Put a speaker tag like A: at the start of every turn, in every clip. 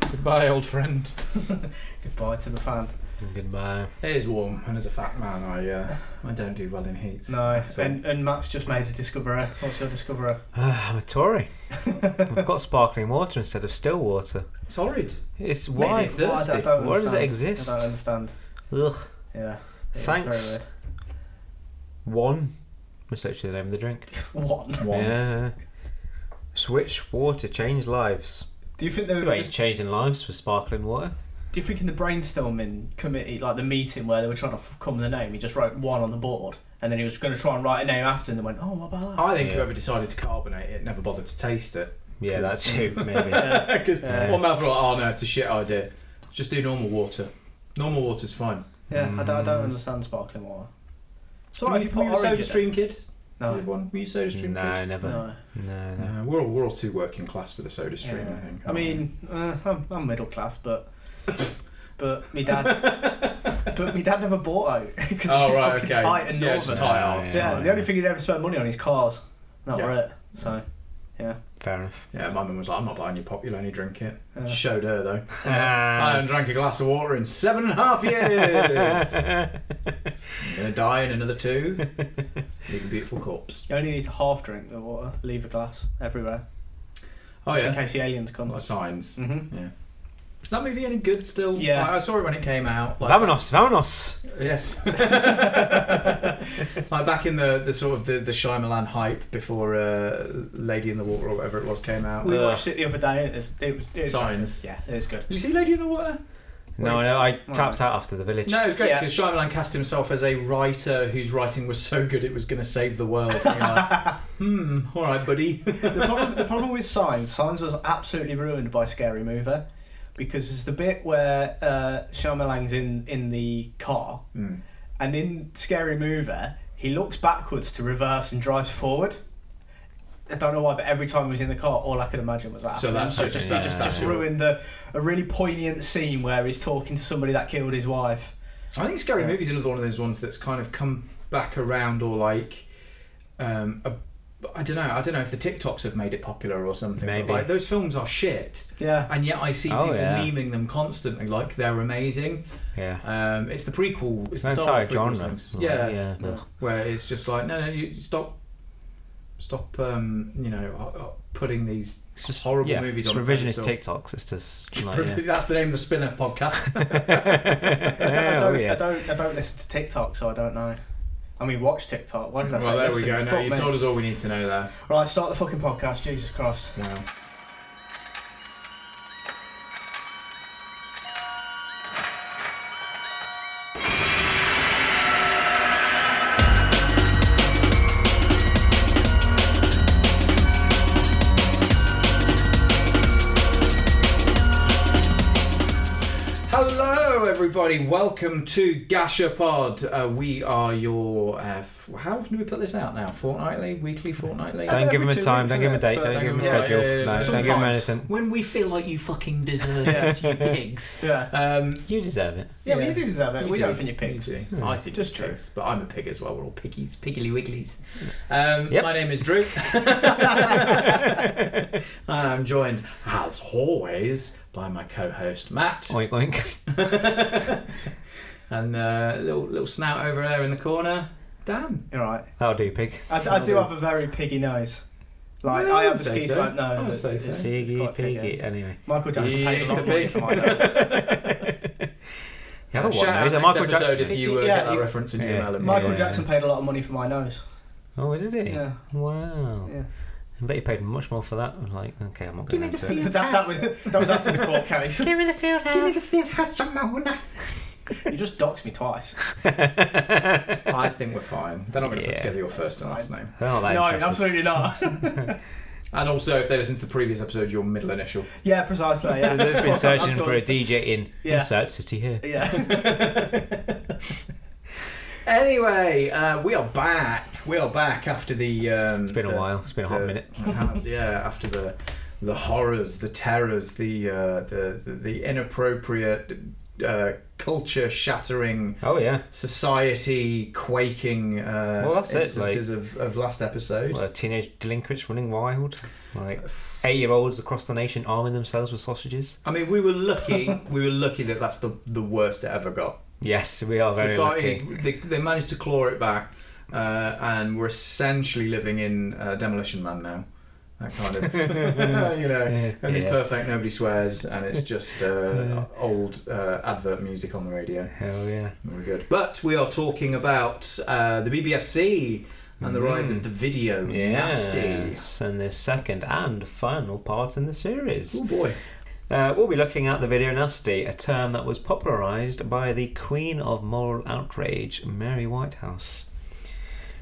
A: Goodbye, old friend.
B: Goodbye to the fan.
C: Goodbye.
D: It is warm, and as a fat man, I uh, I don't do well in heat.
B: No,
D: So-
B: and, and Matt's just made a discoverer. What's your discoverer?
C: Ah, I'm a Tory. I've got sparkling water instead of still water.
D: It's horrid.
C: It's
D: Made
C: why?
D: it Thursday.
B: I don't
C: Why does it
B: understand.
C: exist?
B: I don't understand.
C: Ugh.
B: Yeah. it's very
C: Thanks. One. That's actually the name of the drink.
B: weird. One.
C: Yeah. Switch water, change lives.
B: Do you think they
C: You
B: were
C: ain't
B: just?
C: changing lives for sparkling water.
B: Do you think in the brainstorming committee, like the meeting where they were trying to f- come with a name, he just wrote one on the board, and then he was going to try and write a name after, and they went, "Oh, what about that?"
D: I think
C: Yeah.
D: whoever decided to carbonate it never bothered to taste it.
C: Yeah, that
D: Cause-
C: too, maybe.
B: Yeah.
D: Because
C: Yeah.
D: one mouthful, like, oh no, it's a shit idea. Just do normal water. Normal water's fine.
B: Yeah, I, don't, I don't
C: Mm.
B: understand sparkling water.
D: So
B: Were you- were you a soda stream
D: kid? No.
B: No,
D: Were you soda stream
C: no,
D: kid?
C: never. No,
B: no.
C: no.
D: No, we're all, we're all too working class for the soda stream,
B: Yeah.
D: I think. Um,
B: I mean, uh, I'm, I'm middle class, but but me dad, but me dad never bought out because
D: Oh, right,
B: fucking
D: okay.
B: tight and
D: Yeah,
B: northern.
D: just tight arse.
B: So, yeah, the only thing he'd ever spent money on is cars. That
D: Yeah.
B: were it. So
C: Fair enough.
D: yeah, my mum was like, I'm not buying you pop, you'll only drink it.
B: uh,
D: Showed her though. I
C: Ah.
D: haven't drank a glass of water in seven and a half years. I'm gonna die in another two. Leave a beautiful corpse.
B: you only need to half drink the water. Leave a glass everywhere.
D: Oh
B: just in
D: yeah,
B: case the aliens come.
D: like signs.
B: hmm
D: Is that movie any good still?
B: Yeah.
D: Like, I saw it when it came out. Like,
C: Vamonos, vamonos.
D: Yes. like back in the, the sort of the, the Shyamalan hype before uh, Lady in the Water or whatever it was came out.
B: We
D: Did
C: Uh,
B: watched it the other day. And it was, it was, it was
D: Signs.
B: Yeah, it was good.
D: you see Lady in the Water?
C: No, no, I
B: Right.
C: tapped out after the village.
D: No, it was great
B: Yeah.
D: because Shyamalan cast himself as a writer whose writing was so good it was going to save the world. And you're like, hmm, all right, buddy.
B: the problem the problem with Signs, Signs was absolutely ruined by Scary Mover because there's the bit where uh, Shyamalan's in in the car and in Scary Mover he looks backwards to reverse and drives forward. I don't know why, but every time he was in the car, all I could imagine was that.
D: So
B: happening.
D: that's
B: it
D: just-
B: just,
C: that's
B: it just,
C: just-
B: just ruined the, a really poignant scene where he's talking to somebody that killed his wife.
D: I think Scary
B: Yeah.
D: Movie's another one of those ones that's kind of come back around or like. Um, a, I don't know. I don't know if the TikToks have made it popular or something. but,
C: Maybe.
D: like, those films are shit.
B: Yeah,
D: and yet I see
C: Oh,
D: people
C: yeah.
D: memeing them constantly like they're amazing.
C: Yeah.
D: Um, it's the prequel, it's
C: An
D: the
C: entire
D: Star Wars prequel
C: genre.
D: things.
C: Like,
D: Yeah,
C: yeah.
B: Yeah.
D: where it's just like no, no, you stop, stop, um, you know, uh, uh, putting these
C: It's just
D: horrible
C: yeah,
D: movies
C: It's
D: on
C: revisionist
D: pedestal.
C: TikToks. It's just like, yeah.
D: That's the name of the spin-off podcast.
B: I don't, I,
C: Oh,
B: don't, I
C: yeah.
B: don't, I don't listen to TikTok, so I don't know. I mean, watch TikTok. Why did I say
D: well, there we
B: listen?
D: go. No,
B: Fuck
D: you've
B: me.
D: told us all we need to know there.
B: Right, start the fucking podcast. Jesus Christ.
D: Wow. Hello, everybody. Welcome to Gasher Pod. Uh, we are your. Uh, f- how often do we put this out now? Fortnightly, weekly, fortnightly.
B: Don't
C: Don't give
B: every
C: him a
B: two
C: time.
B: weeks,
C: Don't give him a
B: isn't it?
C: date.
B: But
C: Don't
B: don't
C: give him a
D: give him-
C: schedule.
D: yeah, yeah, yeah,
C: No, don't
D: sometimes.
C: give him anything.
D: When we feel like you fucking deserve it, you pigs.
B: Yeah.
D: Um,
C: You deserve it.
B: Yeah, but
D: Yeah.
B: you do deserve it.
D: You
B: we
D: do.
B: do. not think you're pigs.
D: You do.
C: Hmm.
D: I think
B: Just
D: just
B: true.
D: pigs, but I'm a pig as well. We're all piggies, piggly wigglies. Um,
C: Yep.
D: My name is Drew. I'm joined, as always, by my co-host Matt,
C: Oink oink.
D: and uh, little little snout over there in the corner, Dan.
B: You're right.
C: That'll do, pig.
B: I, I do have a very piggy nose. Like,
D: No,
B: I have
D: I'd
B: a
D: say
B: ski
D: so.
B: slope
D: I would
B: nose.
D: say
B: It's-
D: so.
B: it's- it's
C: Siggy
B: quite piggy.
C: piggy. Anyway.
B: Michael Jackson paid a lot of money for my nose.
C: You have a
D: Uh, Shout out
C: what? now? Is it
D: next
C: Michael
D: episode
C: Jackson?
D: if you uh,
B: Yeah,
D: get that
B: you-
D: reference in your
C: Yeah.
D: email. and-
B: Michael
C: Yeah.
B: Jackson paid a lot of money for my nose.
C: Oh, did he?
B: Yeah.
C: Wow.
B: Yeah.
C: I bet you paid much more for that. I'm like, okay, I'm not going into it.
B: So that, that, was, that was after the court case. Give me the field house. Give me the field house, Simona. You just doxed me twice.
D: I think we're fine. They're not going to
C: Yeah.
D: put together your first and last name.
C: They're not that
B: no,
C: interested.
B: absolutely not.
D: And also, if they listen to the previous episode, your middle initial.
B: yeah, precisely. Yeah.
C: They've just been
B: Fuck, I'm
C: searching
B: done.
C: for a DJ in
B: Yeah.
C: insert city here.
B: Yeah.
D: Anyway, uh, we are back. We are back after the. Um,
C: It's been a while. It's been a hot minute.
D: yeah, after the the horrors, the terrors, the uh, the, the the inappropriate, uh, culture shattering,
C: Oh yeah.
D: society quaking uh,
C: Well, that's it,
D: instances of, of last episode.
C: Well, teenage delinquents running wild. Like eight-year-olds across the nation arming themselves with sausages.
D: I mean, we were lucky. we were lucky that that's the the worst it ever got.
C: Yes, we are Oh, very
D: Society,
C: lucky.
D: They, they managed to claw it back, uh, and we're essentially living in uh, Demolition Man now. That kind of, you know,
C: Yeah.
D: everything's
C: Yeah.
D: perfect, nobody swears, and it's just uh, old uh, advert music on the radio.
C: Hell yeah.
D: Very good. But we are talking about uh, the BBFC and
C: Mm.
D: the rise of the video nasty.
C: Yes, and the second and final part in the series.
D: Oh boy.
C: Uh, we'll be looking at the video nasty, a term that was popularised by the queen of moral outrage, Mary Whitehouse.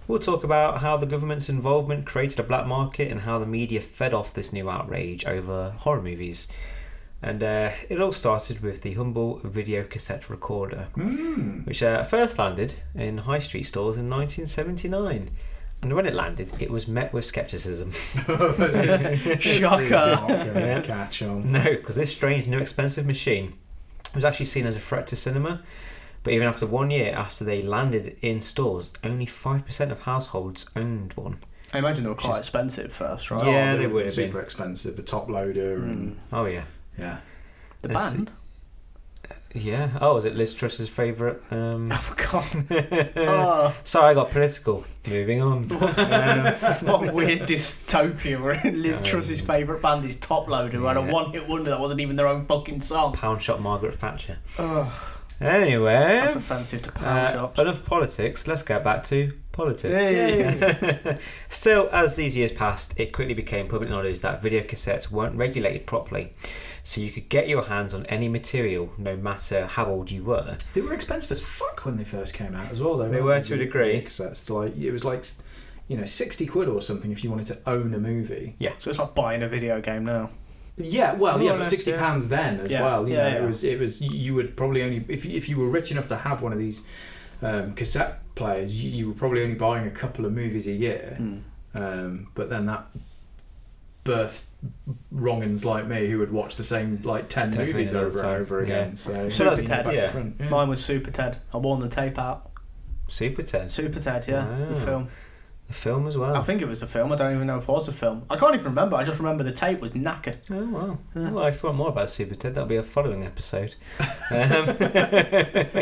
C: We'll talk about how the government's involvement created a black market and how the media fed off this new outrage over horror movies. And uh, it all started with the humble video cassette recorder, which uh, first landed in high street stores in 1979. And when it landed, it was met with scepticism.
B: Shocker.
C: Yeah.
D: Catch on.
C: No, because this strange new expensive machine was actually seen as a threat to cinema. But even after one year after they landed in stores, only 5% of households owned one.
B: I imagine they were quite expensive first, right? Mm.
C: Yeah,
D: Oh,
C: they would have
D: super
C: been.
D: expensive. The top loader and
C: Oh, yeah.
D: yeah.
B: The
C: Let's
B: band?
C: Yeah. Oh, is it Liz Truss's favourite? Um...
B: Oh, God. Oh,
C: Sorry, I got political. Moving on. Um,
B: what a weird dystopia where Liz
C: Um,
B: Truss's favourite band is Top Loader, who had a
C: yeah.
B: one hit wonder that wasn't even their own fucking song.
C: pound shop Margaret Thatcher.
B: Ugh,
C: Anyway.
B: that's offensive to pound
C: Uh,
B: shops.
C: enough politics. Let's get back to politics.
B: Yay.
C: Still, as these years passed, it quickly became public knowledge that video cassettes weren't regulated properly, so you could get your hands on any material, no matter how old you were.
D: They were expensive as fuck when they first came out as well, though.
C: They
D: weren't
C: were to a
D: The
C: degree.
D: Cassettes, like it was like, you know, sixty quid or something if you wanted to own a movie.
B: So it's like buying a video game now.
D: Yeah, well,
C: More
D: yeah,
C: or
D: but
C: less,
D: sixty
C: yeah.
D: pounds then as
B: Yeah.
D: well. You
B: Yeah,
D: know,
B: yeah.
D: it was it was you would probably only if you, if you were rich enough to have one of these um, cassette players, you, you were probably only buying a couple of movies a year. Um, but then that birthed wrongins like me who would watch the same like ten
C: Ten
D: movies
C: things at a
D: over and
C: time,
D: over
C: yeah.
D: again. So,
B: So that's-
D: you back to
C: yeah.
D: front,
B: Mine was Super Ted. I worn the tape out.
C: Super Ted,
B: Super Ted, yeah, the
C: Wow.
B: film.
C: the film as well.
B: I think it was a film. I don't even know if it was a film. I can't even remember. I just remember the tape was knackered.
C: Oh wow!
B: Yeah.
C: Well, if you want more about Super Ted, that'll be a following episode. Um,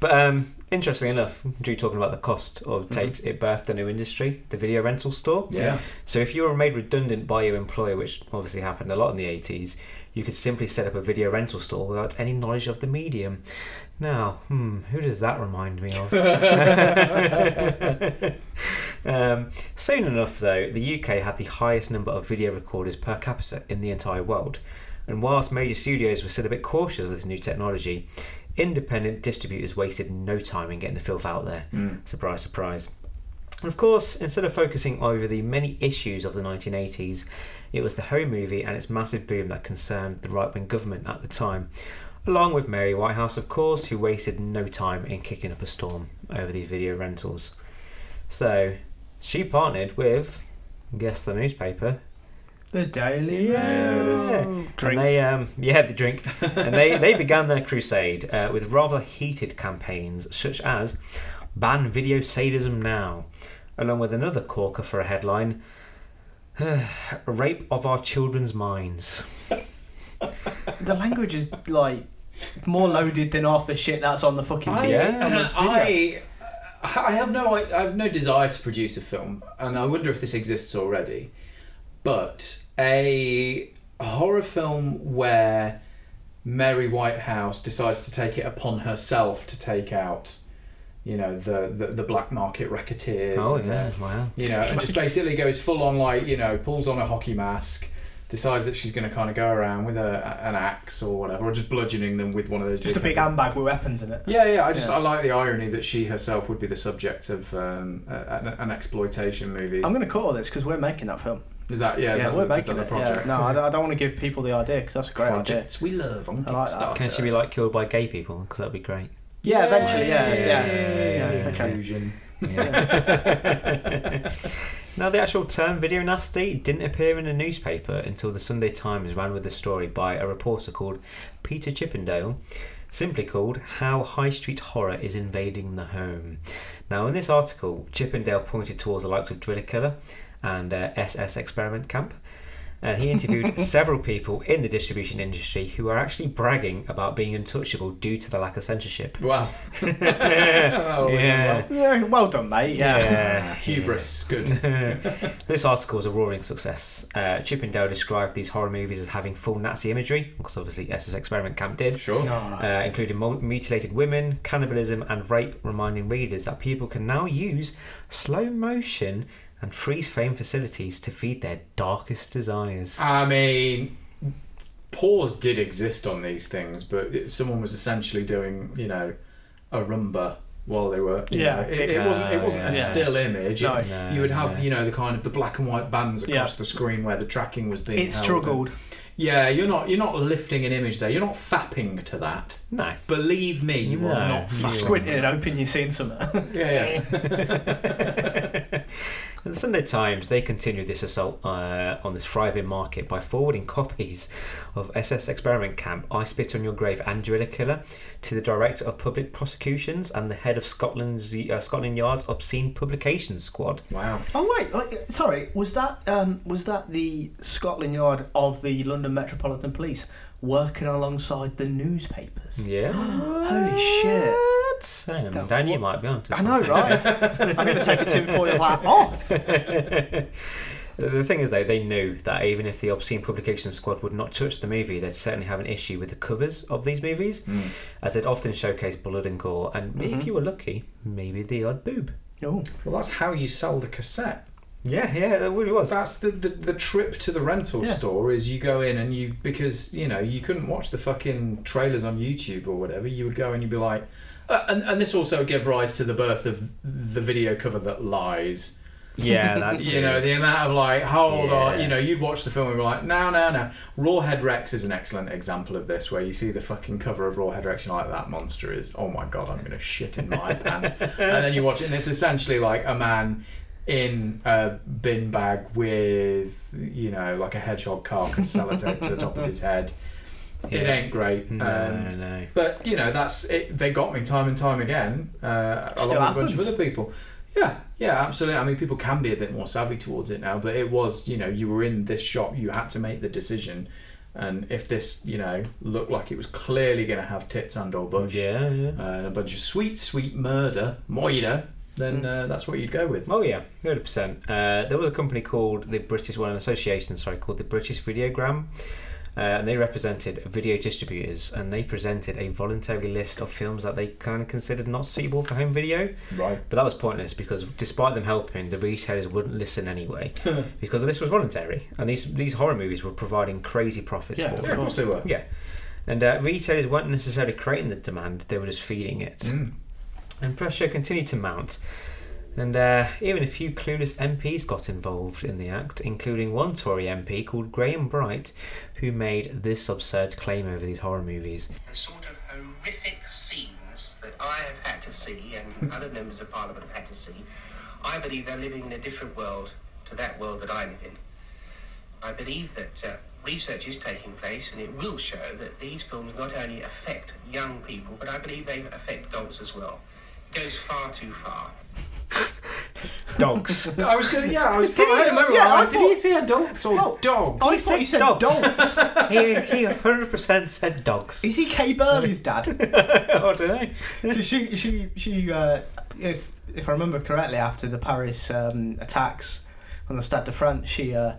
C: but um, interestingly enough, due talking about the cost
B: Mm-hmm.
C: of tapes, it birthed a new industry, the video rental store.
D: Yeah.
C: So if you were made redundant by your employer, which obviously happened a lot in the 80s, you could simply set up a video rental store without any knowledge of the medium. Now, hmm, who does that remind me of? um, soon enough, though, the UK had the highest number of video recorders per capita in the entire world. And whilst major studios were still a bit cautious of this new technology, independent distributors wasted no time in getting the filth out there. Surprise, surprise. And of course, instead of focusing over the many issues of the 1980s, it was the home movie and its massive boom that concerned the right wing government at the time, along with Mary Whitehouse, of course, who wasted no time in kicking up a storm over these video rentals. So she partnered with, guess the newspaper,
B: The Daily
C: Yeah.
B: Mail.
C: and they, um, yeah, the drink. and they, they began their crusade uh, with rather heated campaigns such as Ban Video Sadism Now, along with another corker for a headline Rape of Our Children's Minds.
B: The language is like more loaded than half the shit that's on the
C: Oh,
B: fucking
D: I,
B: TV. on the video.
D: I, I have no, I, I have no desire to produce a film, and I wonder if this exists already. But a horror film where Mary Whitehouse decides to take it upon herself to take out, you know, the the, the black market racketeers.
C: Oh,
D: and
C: yeah,
D: the-
C: wow.
D: you know, and just basically goes full on like you know, pulls on a hockey mask. Decides that she's going to kind of go around with a, an axe or whatever, or just bludgeoning them with one of those.
B: Just a big
D: handbag.
B: handbag with weapons in it.
D: Yeah, yeah. I just
B: Yeah.
D: I like the irony that she herself would be the subject of um, a, an, an exploitation movie.
B: I'm going to call this because we're making that film.
D: is that yeah?
B: Um, Yeah,
D: is that
B: we're
D: the, is that
B: making
D: the
B: it. Yeah.
D: project?
B: No, I, I don't want to give people the idea because that's a great idea.
D: Projects we love on
B: I like that.
D: Kickstarter.
C: Can she be like killed by gay people? Because that'd be great.
B: Yeah, eventually, yeah, yeah, yeah.
C: Yeah.
B: yeah, Okay.
D: Inclusion.
C: Yeah. now, the actual term video nasty didn't appear in a newspaper until the Sunday Times ran with the story by a reporter called Peter Chippendale, simply called How High Street Horror is Invading the Home. Now, in this article, Chippendale pointed towards the likes of Driller Killer and uh, SS Experiment Camp. And he interviewed several people in the distribution industry who are actually bragging about being untouchable due to the lack of censorship.
D: Wow. Oh,
C: Yeah.
B: Yeah, well done, mate. Yeah.
C: Yeah.
D: Hubris. Good.
C: this article was a roaring success. Uh, Chippendale described these horror movies as having full Nazi imagery, because obviously SS Experiment Camp did,
D: Sure.
B: No.
C: uh, including mul- mutilated women, cannibalism, and rape, reminding readers that people can now use slow motion and freeze frame facilities to feed their darkest desires.
D: I mean, pause did exist on these things, but it, someone was essentially doing, you know, a rumba while they were. you
B: Yeah.
D: know, it, it wasn't. It wasn't
C: Yeah.
D: a still image.
B: No.
D: It- Ah, you would have,
C: No.
D: you know, the kind of the black and white bands across
B: Uh, Yeah.
D: the screen where the tracking was being.
B: It
D: held.
B: struggled.
D: Yeah, you're not. You're not lifting an image there. You're not fapping to that.
C: No.
D: Believe me, you
C: No.
D: are not.
C: You
B: You
D: fapping.
B: squinted it open, you're seeing something.
D: Yeah, yeah.
C: And the Sunday Times, they continued this assault uh, on this thriving market by forwarding copies of SS Experiment Camp, I Spit on Your Grave, and Driller Killer to the Director of Public Prosecutions and the head of Scotland's uh, Scotland Yard's Obscene Publications Squad.
D: Wow.
B: oh wait, like, sorry. Was that um, was that the Scotland Yard of the London Metropolitan Police working alongside the newspapers?
C: Yeah.
B: Holy shit.
C: Hang on,
B: That-
C: Dan, you
B: what-
C: might be onto
B: I
C: something.
B: know, right? I'm going to take a tinfoil hat off.
C: The thing is, though, they knew that even if the Obscene Publications Squad would not touch the movie, they'd certainly have an issue with the covers of these movies, as they'd often showcase blood and gore, and if you were lucky, maybe the odd boob.
B: Oh,
D: Well, that's how you sell the cassette.
C: Yeah, yeah, that really was.
D: That's the, the, the trip to the rental
B: Yeah.
D: store is you go in and you because you know you couldn't watch the fucking trailers on YouTube or whatever. You would go and you'd be like, uh, and and this also gave rise to the birth of the video cover that lies.
C: Yeah, that's
D: you
C: it.
D: know the amount of like, hold on,
C: Yeah.
D: you know you'd watch the film and be like, no, no, no. Rawhead Rex is an excellent example of this, where you see the fucking cover of Rawhead Rex and you're like, that monster is, oh my god, I'm gonna shit in my pants. And then you watch it and it's essentially like a man in a bin bag with you know like a hedgehog carcass sellotape to the top of his head. It
C: Yeah.
D: ain't great.
C: No,
D: um,
C: no.
D: but you know that's it. They got me time and time again, uh, along
B: Still
D: with a bunch of
B: happens.
D: other people. Yeah, yeah, absolutely. I mean, people can be a bit more savvy towards it now, but it was you know you were in this shop, you had to make the decision, and if this you know looked like it was clearly going to have tits and or bush
C: Yeah, yeah.
D: uh, and a bunch of sweet sweet murder, moida, then uh, that's what you'd go with.
C: Oh yeah, hundred percent. Uh, there was a company called the British well, an association, sorry, called the British Videogram, uh, and they represented video distributors, and they presented a voluntary list of films that they kind of considered not suitable for home video.
D: Right.
C: But that was pointless because, despite them helping, the retailers wouldn't listen anyway, because this was voluntary, and these these horror movies were providing crazy profits
B: Yeah,
C: for
B: of
D: Yeah, of
C: them.
D: course they were.
C: Yeah, and uh, retailers weren't necessarily creating the demand; they were just feeding it.
D: Mm.
C: And pressure continued to mount. And uh, even a few clueless MPs got involved in the act, including one Tory MP called Graham Bright, who made this absurd claim over these horror movies.
A: the sort of horrific scenes that I have had to see and other members of Parliament have had to see, I believe they're living in a different world to that world that I live in. I believe that uh, research is taking place and it will show that these films not only affect young people, but I believe they affect adults as well. It goes far too far.
C: Dogs.
D: I was gonna, yeah, I was.
B: Did
D: I
B: he-
D: remember.
B: yeah,
D: like,
B: I
D: did
B: thought-
D: he say adults or
B: Well,
D: dogs?
B: Oh, I thought you said dogs.
C: he, he 100% said dogs.
B: Is he Kay Burley's dad?
C: I don't know.
B: 'Cause she, she, she. Uh, if if I remember correctly, after the Paris um, attacks on the Stade de France, she. Uh,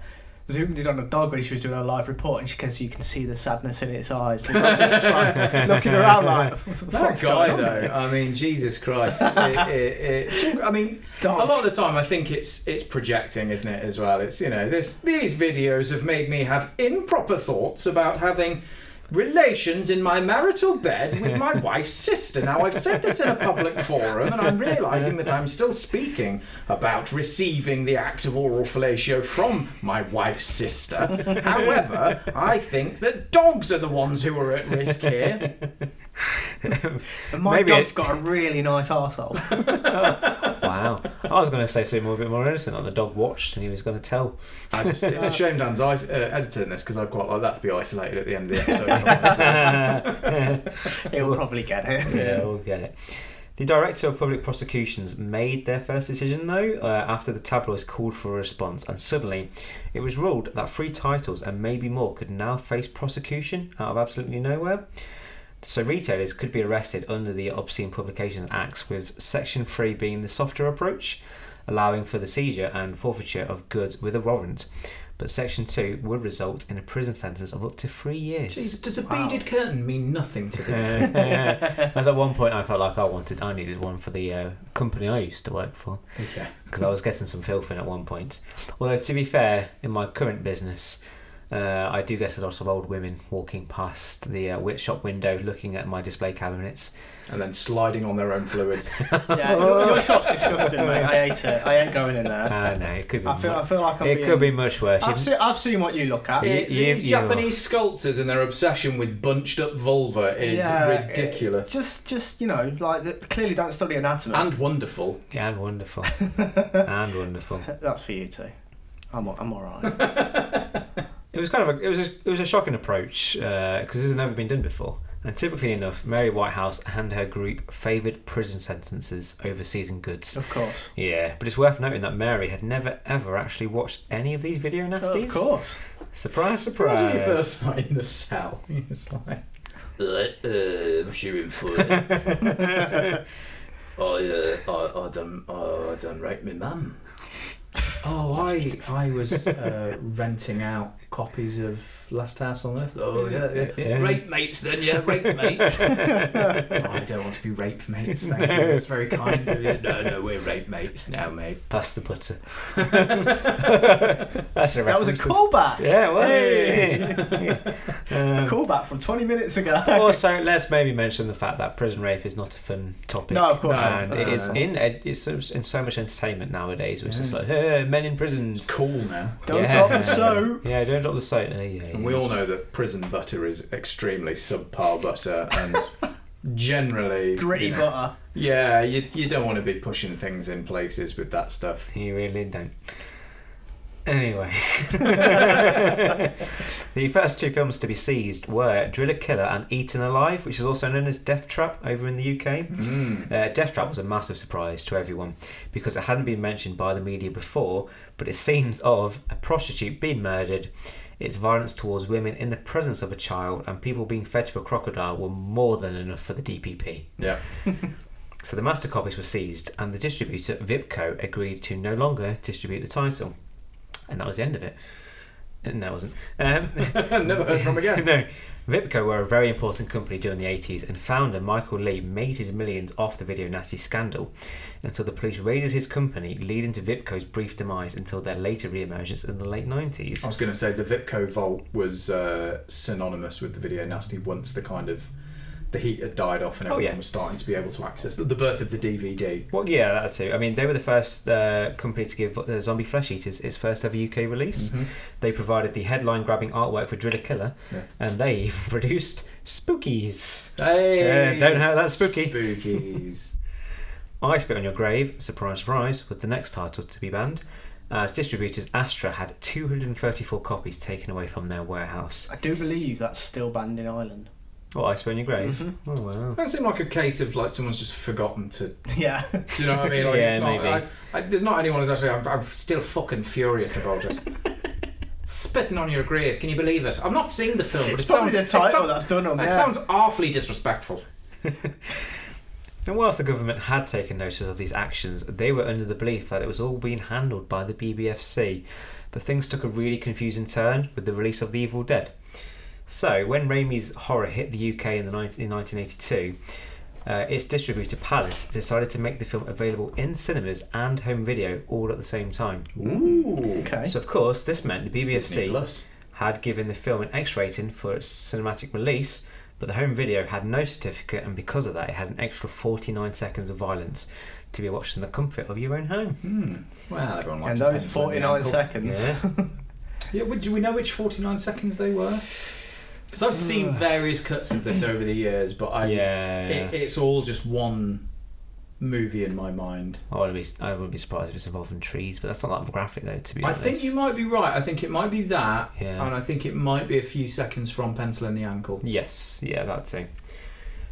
B: Zoomed in on a dog when she was doing a live report, and she goes, "You can see the sadness in its eyes." And the dog was just like looking around like, "What the
D: That
B: fuck's
D: guy,
B: going on
D: though.
B: here?"
D: I mean, Jesus Christ. It- it- it- I mean, a lot of the time, I think it's it's projecting, isn't it? As well, it's you know, this these videos have made me have improper thoughts about having relations in my marital bed with my wife's sister. Now, I've said this in a public forum, and I'm realizing that I'm still speaking about receiving the act of oral fellatio from my wife's sister. However, I think that dogs are the ones who are at risk here.
B: And my
C: Maybe
B: dog's
C: it-
B: got a really nice arsehole.
C: Wow. I was going to say something more, a bit more innocent, like the dog watched and he was going to tell.
D: I just, it's a shame Dan's is- uh, editing this because I'd quite like that to be isolated at the end of the episode. if I'm honest with you.
B: He'll probably get it.
C: Yeah, we'll get it. The director of public prosecutions made their first decision, though, uh, after the tabloids called for a response, and suddenly it was ruled that three titles and maybe more could now face prosecution out of absolutely nowhere. So retailers could be arrested under the Obscene Publications Acts, with Section 3 being the softer approach, allowing for the seizure and forfeiture of goods with a warrant. But Section 2 would result in a prison sentence of up to three years.
D: Jeez, does a
B: Wow.
D: beaded curtain mean nothing to them?
C: As Uh, at one point, I felt like I wanted, I needed one for the uh, company I used to work for
D: okay.
C: because I was getting some filth in at one point. Although, to be fair, in my current business, uh, I do get a lot of old women walking past the uh, wit shop window looking at my display cabinets.
D: And then sliding on their own fluids.
B: Yeah, your, your shop's disgusting, mate. I hate it. I ain't going in there.
C: Ah, no, it could be.
B: I feel, I
C: mu-
B: feel like I'm
C: it
B: being...
C: could be much worse.
B: I've, seen, I've seen what you look at.
C: Yeah,
D: It-
C: you-
D: These
C: you-
D: Japanese sculptors and their obsession with bunched up vulva is
B: Yeah,
D: ridiculous.
B: it- just, just you know, like the, clearly don't study anatomy.
D: and wonderful.
C: and wonderful. and wonderful.
B: That's for you too. I'm, al- I'm all right.
C: It was kind of a, it was a, it was a shocking approach because this has never been done before. And typically enough, Mary Whitehouse and her group favoured prison sentences over seizing goods.
B: of course.
C: Yeah, but it's worth noting that Mary had never ever actually watched any of these video nasties.
B: Of course.
C: Surprise, surprise.
D: Imagine your first night in the cell. It's like, uh, uh, I'm shooting for it. I, uh, I, I done, I done raped my mum. Oh, I, I was uh, renting out copies of Last House on Earth. Oh yeah, yeah.
C: Yeah.
D: Rape mates, then yeah, rape mates. Oh, I don't want to be rape mates. Thank you. That's very kind of you. No, no, we're rape mates now, mate.
C: Pass the butter. That's a reference.
B: That was a callback.
C: Yeah, it was.
B: A callback from 20 minutes ago.
C: also, let's maybe mention the fact that prison rape is not a fun topic.
B: No, of course not.
C: And
B: No,
C: it
D: no,
C: is
D: no.
C: in it's so- in so much entertainment nowadays, which is like "Eh, men in prisons.
D: It's cool now.
B: Don't drop the soap.
C: Yeah, don't drop the soap. Yeah, yeah,
D: And we all know that prison butter is extremely subpar butter and generally
B: Gritty
D: you know,
B: butter.
D: Yeah, you, you don't want to be pushing things in places with that stuff.
C: You really don't. Anyway, the first two films to be seized were Driller Killer and Eaten Alive, which is also known as Death Trap over in the UK. Uh, Death Trap was a massive surprise to everyone because it hadn't been mentioned by the media before, but it scenes of a prostitute being murdered, its violence towards women in the presence of a child, and people being fed to a crocodile were more than enough for the DPP.
D: Yeah.
C: So the master copies were seized, and the distributor Vipco agreed to no longer distribute the title, and that was the end of it. And that wasn't. Um,
D: Never heard from again.
C: no, Vipco were a very important company during the 80s, and founder Michael Lee made his millions off the video nasty scandal until the police raided his company, leading to Vipco's brief demise until their later re-emergence in the late 90s.
D: I was going to say the Vipco vault was uh, synonymous with the video nasty once the kind of the heat had died off and
C: Oh,
D: everyone
C: yeah.
D: was starting to be able to access the, the birth of the DVD.
C: Well, yeah, that too. I mean, they were the first uh, company to give uh, Zombie Flesh Eaters its first ever UK
D: Mm-hmm.
C: release. They provided the headline grabbing artwork for Driller Killer,
D: Yeah.
C: and they even produced Spookies.
D: Hey,
C: Yeah, don't have that spooky.
D: Spookies.
C: I Spit on Your Grave, surprise, surprise, was the next title to be banned, as distributors Astra had 234 copies taken away from their warehouse.
B: I do believe that's still banned in Ireland.
C: Oh, I Spit on Your Grave? Oh, wow.
D: that seemed like a case of like someone's just forgotten to
B: Yeah.
D: Do you know what I mean? Like,
C: Yeah,
D: it's not,
C: maybe.
D: I, I, there's not anyone who's actually. I'm, I'm still fucking furious about it. Spitting on your grave. Can you believe it? I've not seen the film. But
B: It's
D: it
B: probably
D: sounds,
B: the title
D: it sounds,
B: that's done them.
D: It
B: yeah.
D: sounds awfully disrespectful.
C: And whilst the government had taken notice of these actions, they were under the belief that it was all being handled by the BBFC. But things took a really confusing turn with the release of The Evil Dead. So, when Raimi's horror hit the UK in, the 19, in 1982, uh, its distributor Palace decided to make the film available in cinemas and home video all at the same time.
D: Ooh.
B: Okay.
C: So, of course, this meant the BBFC
D: Plus.
C: had given the film an X rating for its cinematic release, but the home video had no certificate, and because of that, it had an extra 49 seconds of violence to be watched in the comfort of your own home.
D: Hmm. Well, everyone
B: and
D: likes a
B: those
D: pencil in the
B: 49
D: ankle.
B: seconds.
D: Yeah, would- do we know which 49 seconds they were? Because I've seen various cuts of this over the years, but I,
C: yeah.
D: it, it's all just one movie in my mind.
C: I wouldn't, be, I wouldn't be surprised if it's involving trees, but that's not that graphic, though, to be
D: I
C: honest.
D: think you might be right. I think it might be that,
C: Yeah.
D: and I think it might be a few seconds from pencil in the ankle.
C: Yes, yeah, that too.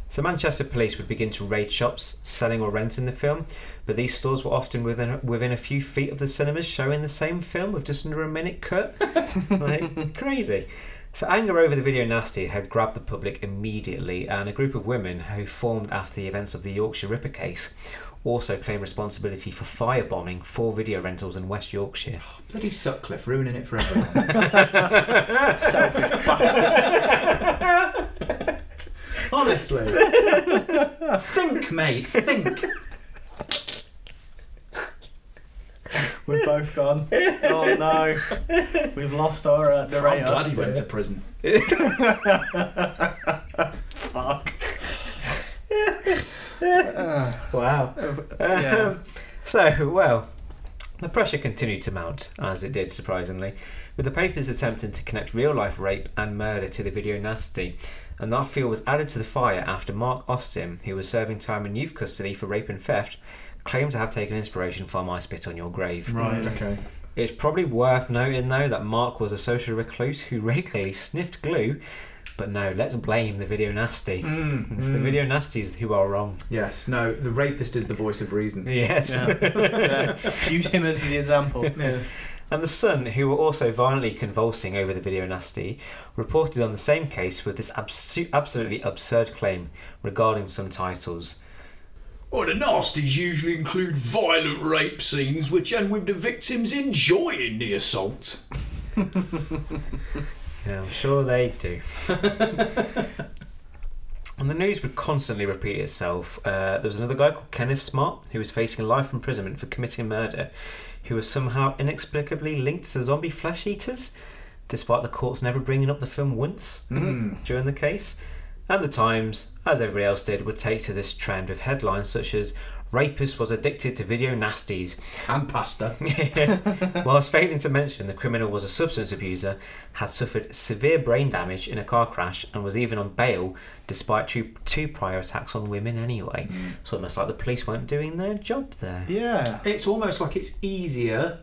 C: So Manchester police would begin to raid shops selling or renting the film, but these stores were often within within a few feet of the cinemas showing the same film with just under a minute cut. like crazy. So anger over the video nasty had grabbed the public immediately, and a group of women who formed after the events of the Yorkshire Ripper case also claimed responsibility for firebombing four video rentals in West Yorkshire.
D: Bloody Sutcliffe ruining it for everyone.
B: Selfish bastard.
D: Honestly. think, mate, think.
B: We're both gone. Oh no, we've lost our uh,
D: I'm
B: narrator.
D: glad he went to prison.
B: Fuck. Uh.
C: Wow.
B: Yeah.
C: Um, So, well, the pressure continued to mount, as it did surprisingly, with the papers attempting to connect real life rape and murder to the video nasty. And that fuel was added to the fire after Mark Austin, who was serving time in youth custody for rape and theft, claimed to have taken inspiration from I Spit on Your Grave.
D: Right, okay.
C: It's probably worth noting, though, that Mark was a social recluse who regularly sniffed glue. But no, let's blame the video nasty.
B: Mm,
C: it's the video nasties who are wrong.
D: Yes, no, the rapist is the voice of reason.
C: Yes.
B: Yeah. Use him as the example.
C: And the Sun, who were also violently convulsing over the video nasty, reported on the same case with this absu- absolutely absurd claim regarding some titles.
E: Well, the nasties usually include violent rape scenes, which end with the victims enjoying the assault.
C: Yeah, I'm sure they do. and the news would constantly repeat itself. Uh, there was another guy called Kenneth Smart who was facing life imprisonment for committing murder, who was somehow inexplicably linked to zombie flesh eaters, despite the courts never bringing up the film once during the case. And the Times, as everybody else did, would take to this trend with headlines such as "Rapist was addicted to video nasties."
D: And pasta.
C: Whilst failing to mention the criminal was a substance abuser, had suffered severe brain damage in a car crash, and was even on bail despite two, two prior attacks on women anyway. So almost like the police weren't doing their job there.
B: Yeah.
D: It's almost like it's easier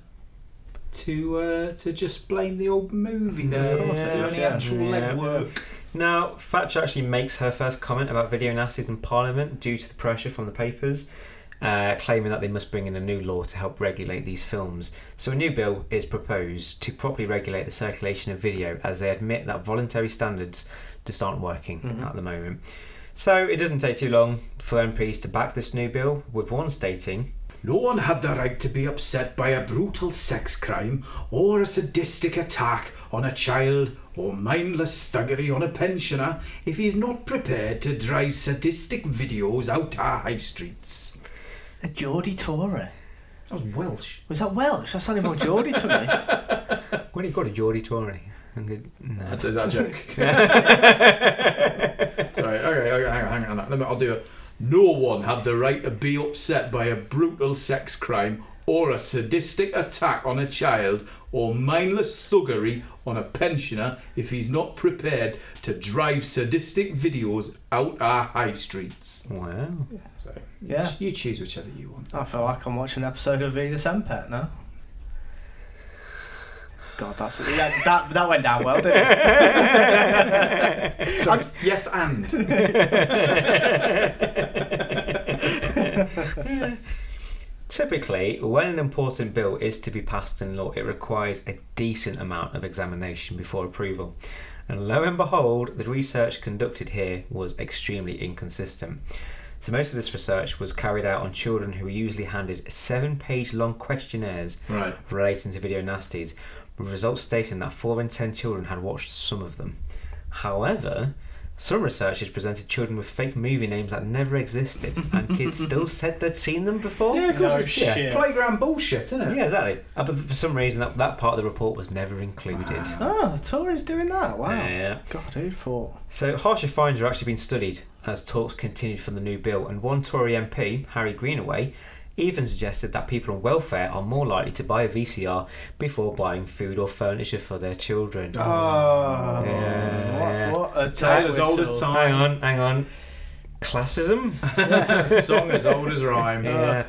D: to uh, to just blame the old movie than
C: Of
D: to
C: course it
D: do
B: is,
D: any
B: yeah.
D: actual
C: Yeah.
D: legwork.
C: Now, Thatcher actually makes her first comment about video nasties in Parliament due to the pressure from the papers, uh, claiming that they must bring in a new law to help regulate these films. So, a new bill is proposed to properly regulate the circulation of video, as they admit that voluntary standards just aren't working at the moment. So, it doesn't take too long for MPs to back this new bill, with one stating.
E: No one had the right to be upset by a brutal sex crime or a sadistic attack on a child or mindless thuggery on a pensioner if he's not prepared to drive sadistic videos out our high streets.
B: A Geordie Torre.
D: That was Welsh.
B: Was that Welsh? That sounded more Geordie to me.
C: When he got a Geordie Tory. I'm good. No.
D: That's is that a joke. Sorry, okay, okay, hang on, hang on. Let me, I'll do it.
E: No one had the right to be upset by a brutal sex crime or a sadistic attack on a child or mindless thuggery on a pensioner if he's not prepared to drive sadistic videos out our high streets.
C: Wow.
D: So,
B: Yeah.
D: you choose whichever you want.
B: I feel like I'm watching an episode of Venus Empet now. God, that's that, that that went down well, didn't it?
D: Sorry, yes, and
C: Typically, when an important bill is to be passed in law, it requires a decent amount of examination before approval. And lo and behold, the research conducted here was extremely inconsistent. So, most of this research was carried out on children who were usually handed seven page long questionnaires
D: right.
C: relating to video nasties, with results stating that 4 in 10 children had watched some of them. However, some researchers presented children with fake movie names that never existed, and kids still said they'd seen them before.
D: Yeah, of course.
B: No
D: it's yeah.
B: shit.
D: Playground bullshit, isn't it?
C: Yeah, exactly. Uh, but for some reason, that, that part of the report was never included.
B: Oh, the Tories doing that. Wow.
C: Yeah.
B: God, who thought?
C: So, harsher fines are actually being studied as talks continued for the new bill, and one Tory MP, Harry Greenaway, even suggested that people on welfare are more likely to buy a VCR before buying food or furniture for their children.
B: Oh,
C: Yeah.
B: what, what a
D: tale as old as
B: whistle.
D: time.
C: Hang on, hang on. Classism?
D: song as old as rhyme.
C: Yeah.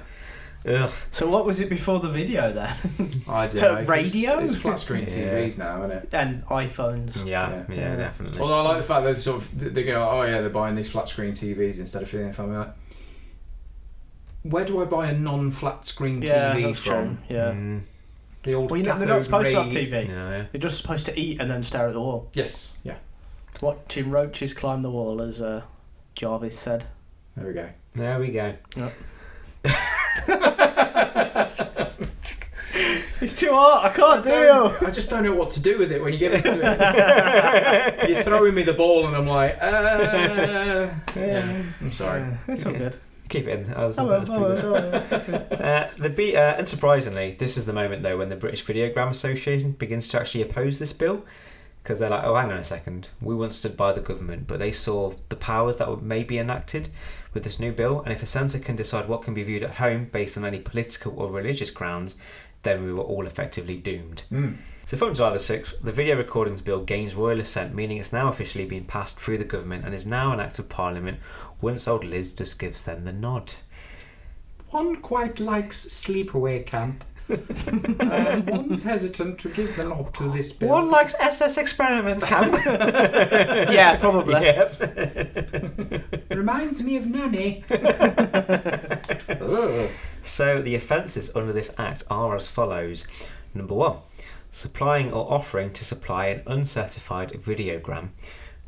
C: Ugh.
B: So what was it before the video then?
D: I don't
B: Uh,
D: know. It's-
B: radio?
D: It's, flat screen
C: Yeah.
D: TVs now, isn't it?
B: and iPhones.
C: Yeah, yeah,
D: Yeah.
B: Yeah.
C: definitely.
D: Although I like the fact that sort of th- they go, oh yeah, they're buying these flat screen TVs instead of filling family. Like, where do I buy a non-flat screen
B: Yeah,
D: TV
B: that's
D: from?
B: true. Yeah.
C: Mm,
D: The old
B: Well, you know, they're not supposed
D: cathode
B: to have
D: ray-
B: TV.
C: no.
B: They're just supposed to eat and then stare at the wall.
D: Yes. Yeah.
B: Watching roaches climb the wall, as uh, Jarvis said.
D: There we go.
C: There we go.
B: It's too hard. I can't do.
D: Don't- I just don't know what to do with it when you get into it. It's- You're throwing me the ball, and I'm like, uh, yeah, I'm sorry.
B: Yeah, it's all good. Oh,
C: Keep it in. I was-
B: I
C: that was
B: will. I
C: pretty
B: will.
C: good.
B: Don't worry. It's all-
C: Uh, the B, uh, unsurprisingly, this is the moment though when the British Videogram Association begins to actually oppose this bill because they're like, oh, hang on a second, we once stood by the government, but they saw the powers that were- may be enacted with this new bill, and if a censor can decide what can be viewed at home based on any political or religious grounds, then we were all effectively doomed.
D: Mm.
C: So from July the 6th, the Video Recordings Bill gains royal assent, meaning it's now officially been passed through the government and is now an act of parliament once old Liz just gives them the nod.
E: One quite likes sleepaway camp. uh, one's hesitant to give the nod to this bill.
C: One likes SS Experiment Camp.
B: yeah, probably.
C: Yep.
E: Reminds me of Nanny. Ugh.
C: So the offences under this Act are as follows. Number one, supplying or offering to supply an uncertified videogram.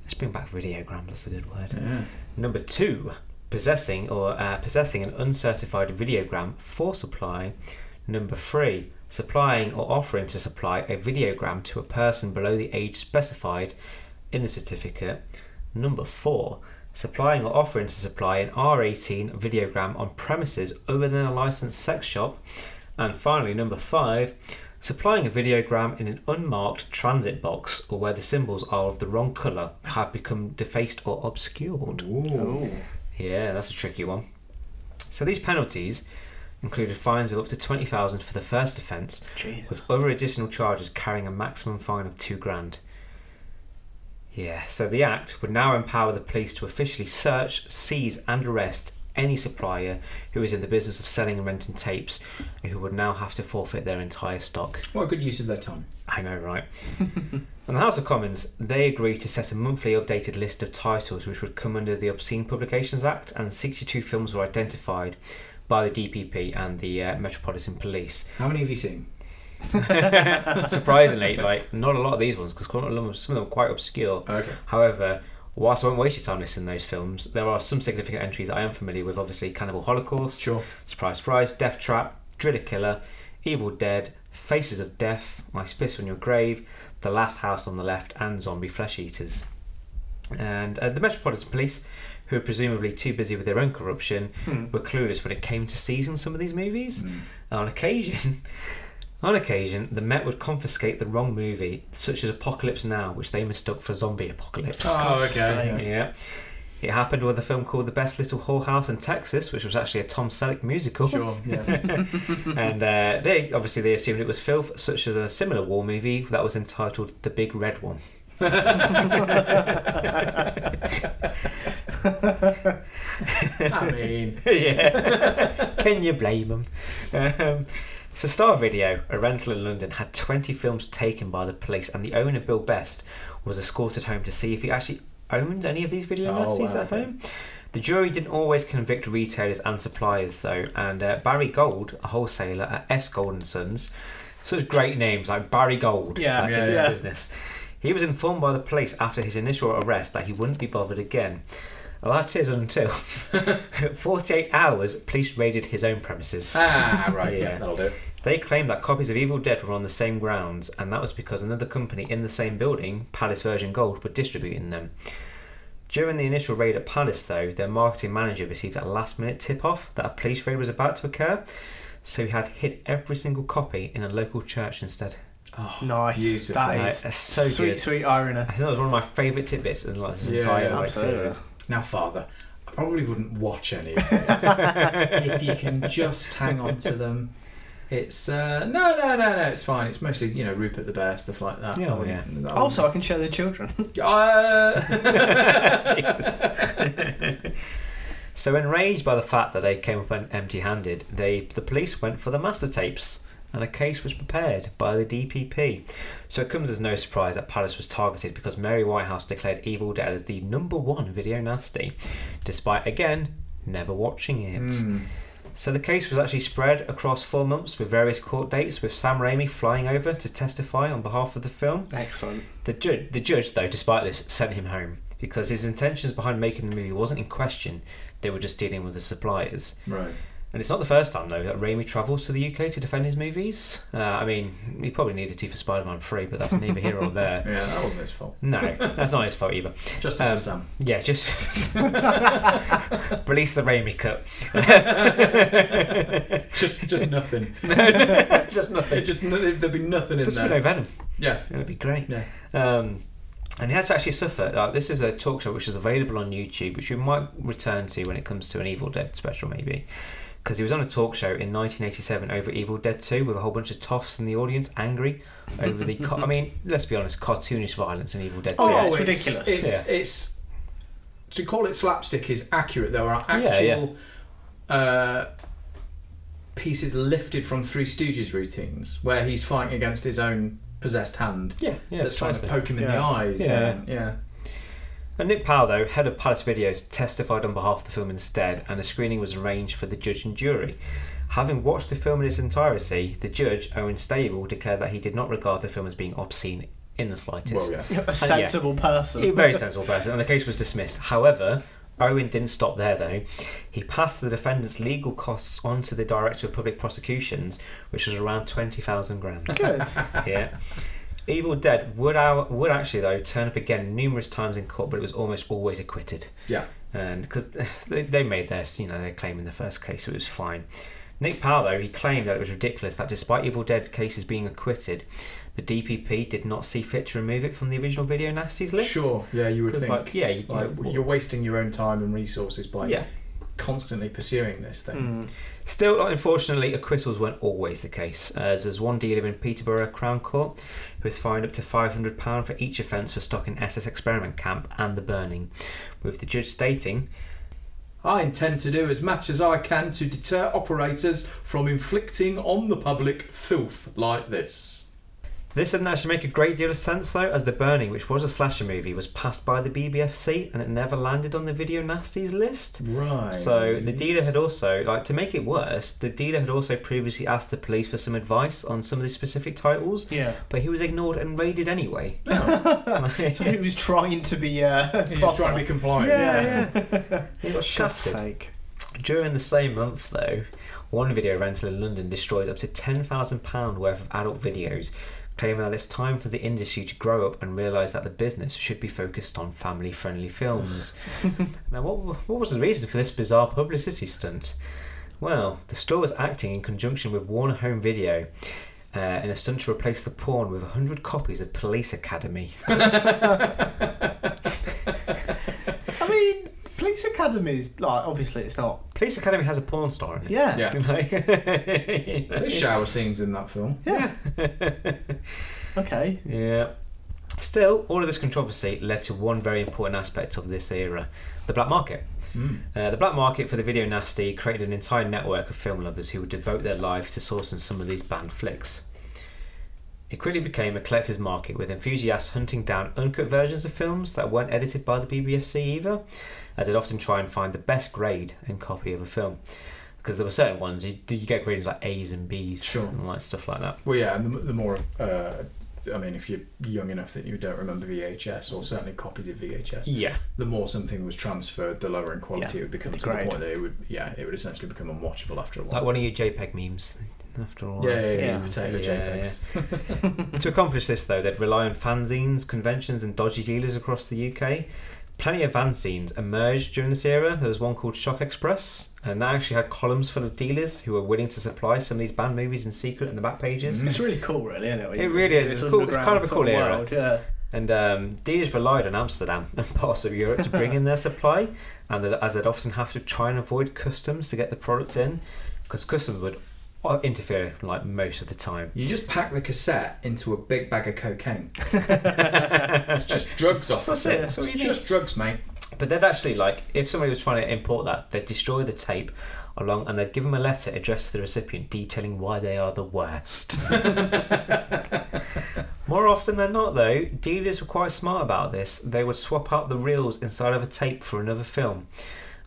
C: Let's bring back videogram. That's a good word. Number two, possessing or uh, possessing an uncertified videogram for supply. Number three, supplying or offering to supply a videogram to a person below the age specified in the certificate. Number four, supplying or offering to supply an R18 videogram on premises other than a licensed sex shop. And finally, number five, supplying a videogram in an unmarked transit box or where the symbols are of the wrong colour, have become defaced or obscured.
D: Ooh.
C: Yeah, that's a tricky one. So these penalties included fines of up to 20,000 for the first offence,
B: Jeez.
C: with other additional charges carrying a maximum fine of two grand. Yeah, so the Act would now empower the police to officially search, seize, and arrest any supplier who is in the business of selling and renting tapes, and who would now have to forfeit their entire stock.
D: What a good use of their time.
C: I know, right? and the House of Commons, they agreed to set a monthly updated list of titles which would come under the Obscene Publications Act, and 62 films were identified by the DPP and the uh, Metropolitan Police.
D: How many have you seen?
C: Surprisingly, like not a lot of these ones because some of them some of them are quite obscure.
D: Okay.
C: However, whilst I won't waste your time listing those films, there are some significant entries that I am familiar with. Obviously, Cannibal Holocaust,
D: Sure.
C: Surprise, Surprise, Death Trap, Driller Killer, Evil Dead, Faces of Death, My Spit on Your Grave, The Last House on the Left, and Zombie Flesh Eaters. And uh, the Metropolitan Police, who are presumably too busy with their own corruption,
D: Hmm.
C: were clueless when it came to seizing some of these movies. On occasion, on occasion, the Met would confiscate the wrong movie, such as Apocalypse Now, which they mistook for Zombie Apocalypse.
D: Oh,
B: God's
D: okay.
B: sake.
C: Yeah. It happened with a film called The Best Little Whorehouse in Texas, which was actually a Tom Selleck musical.
D: Sure. Yeah.
C: And uh, they obviously they assumed it was filth, such as a similar war movie that was entitled The Big Red One.
D: I mean,
C: yeah. Can you blame them? Um, so Star Video, a rental in London, had 20 films taken by the police, and the owner, Bill Best, was escorted home to see if he actually owned any of these video
D: Oh,
C: nasties
D: wow,
C: at
D: okay.
C: home. The jury didn't always convict retailers and suppliers, though, and uh, Barry Gold, a wholesaler at S. Gold and Sons, such great names like Barry Gold
B: Yeah,
C: like,
D: yeah,
C: in this
B: yeah.
C: business. He was informed by the police after his initial arrest that he wouldn't be bothered again. Well, that is until 48 hours, police raided his own premises.
D: ah, right. Yeah.
C: Yeah.
D: that'll do. it.
C: They claimed that copies of Evil Dead were on the same grounds, and that was because another company in the same building, Palace Virgin Gold, were distributing them. During the initial raid at Palace, though, their marketing manager received a last minute tip off that a police raid was about to occur, so he had hid every single copy in a local church instead.
B: Nice.
D: Beautiful.
B: That
C: Like,
B: is
C: that's so
B: sweet,
C: good.
B: sweet irony.
C: I think that was one of my favourite tidbits in like, this
D: Yeah,
C: entire
D: yeah,
C: like,
B: absolutely.
C: series.
D: Now, Father, I probably wouldn't watch any of these. if you can just hang on to them. It's uh, no, no, no, no. It's fine. It's mostly you know Rupert the Bear stuff like that. Oh, I
C: Yeah,
D: wouldn't- I wouldn't-
B: Also, I can show the children.
D: uh,
C: Jesus. So enraged by the fact that they came up empty-handed, they the police went for the master tapes, and a case was prepared by the DPP. So it comes as no surprise that Palace was targeted because Mary Whitehouse declared Evil Dead as the number one video nasty, despite again never watching it. So the case was actually spread across four months with various court dates, with Sam Raimi flying over to testify on behalf of the film.
B: Excellent.
C: The judge, the judge, though, despite this, sent him home because his intentions behind making the movie wasn't in question. They were just dealing with the suppliers.
E: Right.
C: And it's not the first time though that Raimi travels to the UK to defend his movies. Uh, I mean, he probably needed to for Spider-Man 3, but that's neither here or there.
E: Yeah, that wasn't his fault.
C: No, that's not his fault either.
E: Justice
C: Um,
E: for Sam.
C: Yeah, just release the Raimi cut.
D: Just, just nothing.
C: just, just nothing.
D: Just no, there'd be nothing in
C: Just
D: there.
C: no venom.
D: Yeah.
C: That'd be great.
D: Yeah.
C: Um, and he had to actually suffer. Like, this is a talk show which is available on YouTube, which we might return to when it comes to an Evil Dead special, maybe. Because he was on a talk show in 1987 over Evil Dead 2 with a whole bunch of toffs in the audience angry over the. Co- I mean, let's be honest, cartoonish violence in Evil Dead 2.
B: Oh, yeah, it's ridiculous.
D: It's, it's to call it slapstick is accurate. There are
C: Yeah,
D: actual Uh, pieces lifted from Three Stooges routines where he's fighting against his own possessed hand
C: Yeah, yeah,
D: that's trying to
C: precisely.
D: poke him in the
B: Yeah.
D: eyes.
B: Yeah.
D: and- yeah.
C: And Nick Powell, though, head of Palace Videos, testified on behalf of the film instead, and the screening was arranged for the judge and jury. Having watched the film in its entirety, the judge, Owen Stable, declared that he did not regard the film as being obscene in the slightest.
E: Well, yeah.
B: A sensible person.
C: He- very sensible person, and the case was dismissed. However, Owen didn't stop there, though. He passed the defendant's legal costs on to the Director of Public Prosecutions, which was around 20,000 grand
B: Good.
C: yeah. Evil Dead would our, would actually though turn up again numerous times in court, but it was almost always acquitted.
D: Yeah.
C: And because they, they made their you know their claim in the first case, so it was fine. Nick Powell though he claimed that it was ridiculous that despite Evil Dead cases being acquitted, the DPP did not see fit to remove it from the original video nasties list.
D: Sure. Yeah, you would
C: 'Cause,
D: think.
C: like, yeah, you-
D: like,
C: you-
D: you're wasting your own time and resources by
C: Yeah.
D: constantly pursuing this thing.
C: Still, unfortunately, acquittals weren't always the case, as there's one dealer in Peterborough Crown Court who was fined up to £500 for each offence for stocking SS Experiment Camp and the burning, with the judge stating,
E: I intend to do as much as I can to deter operators from inflicting on the public filth like this.
C: This didn't actually make a great deal of sense though, as The Burning, which was a slasher movie, was passed by the BBFC and it never landed on the video nasties list.
D: Right.
C: So the dealer had also, like, to make it worse, the dealer had also previously asked the police for some advice on some of the specific titles,
B: Yeah.
C: but he was ignored and raided anyway.
B: So he was trying to be uh,
D: You're
B: proper.
D: trying to be compliant.
B: yeah, yeah.
C: He got
B: God's
C: shafted.
B: sake.
C: During the same month, though, one video rental in London destroys up to £10,000 worth of adult videos, claiming that it's time for the industry to grow up and realise that the business should be focused on family friendly films. now, what, what was the reason for this bizarre publicity stunt? Well, the store was acting in conjunction with Warner Home Video. Uh, in a stunt to replace the porn with 100 copies of Police Academy.
B: I mean, police academies. Like, obviously, it's not.
C: Police Academy has a porn star in it.
B: Yeah.
D: Yeah.
C: Like-
D: There's shower scenes in that film.
B: Okay.
C: Yeah. Still, all of this controversy led to one very important aspect of this era the black market. Uh, the black market for the video nasty created an entire network of film lovers who would devote their lives to sourcing some of these banned flicks. It quickly became a collector's market with enthusiasts hunting down uncut versions of films that weren't edited by the BBFC either, as they'd often try and find the best grade and copy of a film. Because there were certain ones, you, you get grades like A's and B's
D: Sure.
C: and like stuff like that.
D: Well, yeah, and the, the more, uh, I mean, if you're young enough that you don't remember VHS or certainly copies of VHS,
C: Yeah.
D: the more something was transferred, the lower in quality
B: Yeah,
D: it would become to the
B: grade.
D: point that it would, yeah, it would essentially become unwatchable after a
C: Like
D: while.
C: one of your JPEG memes, after all.
D: yeah, yeah, yeah,
B: Yeah.
D: potato
C: Yeah,
D: JPEGs.
C: to accomplish this, though, they'd rely on fanzines, conventions, and dodgy dealers across the UK. Plenty of fanzines emerged during this era. There was one called Shock Express, and that actually had columns full of dealers who were willing to supply some of these banned movies in secret in the back pages.
B: It's really cool, really, isn't it? when
C: Mm. It
B: you-
C: really is.
B: this
C: It's cool. It's kind of a
B: underground
C: cool
B: sort
C: era.
B: world, Yeah.
C: And um, dealers relied on Amsterdam and parts of Europe to bring in their supply, and that, as they'd often have to try and avoid customs to get the product in, because customs would uh, interfere like most of the time.
D: You just pack the cassette into a big bag of cocaine. it's just drugs off
C: That's
D: the
C: it,
D: set.
C: that's what
D: It's
C: you do.
D: just drugs, mate.
C: But they'd actually like if somebody was trying to import that, they'd destroy the tape along and they'd give them a letter addressed to the recipient detailing why they are the worst. More often than not, though, dealers were quite smart about this. They would swap out the reels inside of a tape for another film,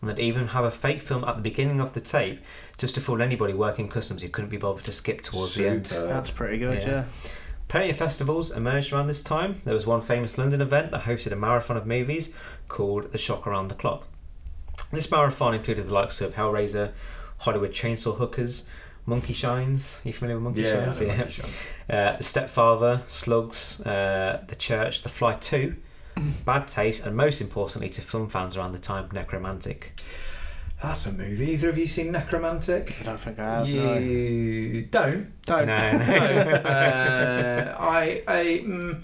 C: and they'd even have a fake film at the beginning of the tape just to fool anybody working customs who couldn't be bothered to skip towards the end.
D: Superb.
B: That's pretty good,
C: Yeah.
B: yeah.
C: Plenty of festivals emerged around this time. There was one famous London event that hosted a marathon of movies called The Shock Around the Clock. This marathon included the likes of Hellraiser, Hollywood Chainsaw Hookers, Monkey Shines. you familiar with Monkey
D: Yeah, I
C: Shines?
D: know Monkey Shines.
C: Uh, the Stepfather, Slugs, uh, The Church, The Fly 2, Bad Taste, and most importantly to film fans around the time, Necromantic.
D: That's a movie. Either of you seen Necromantic?
B: I don't think I have. No.
D: you don't.
B: Don't.
C: No,
D: No,
C: no.
D: uh, I, I mm,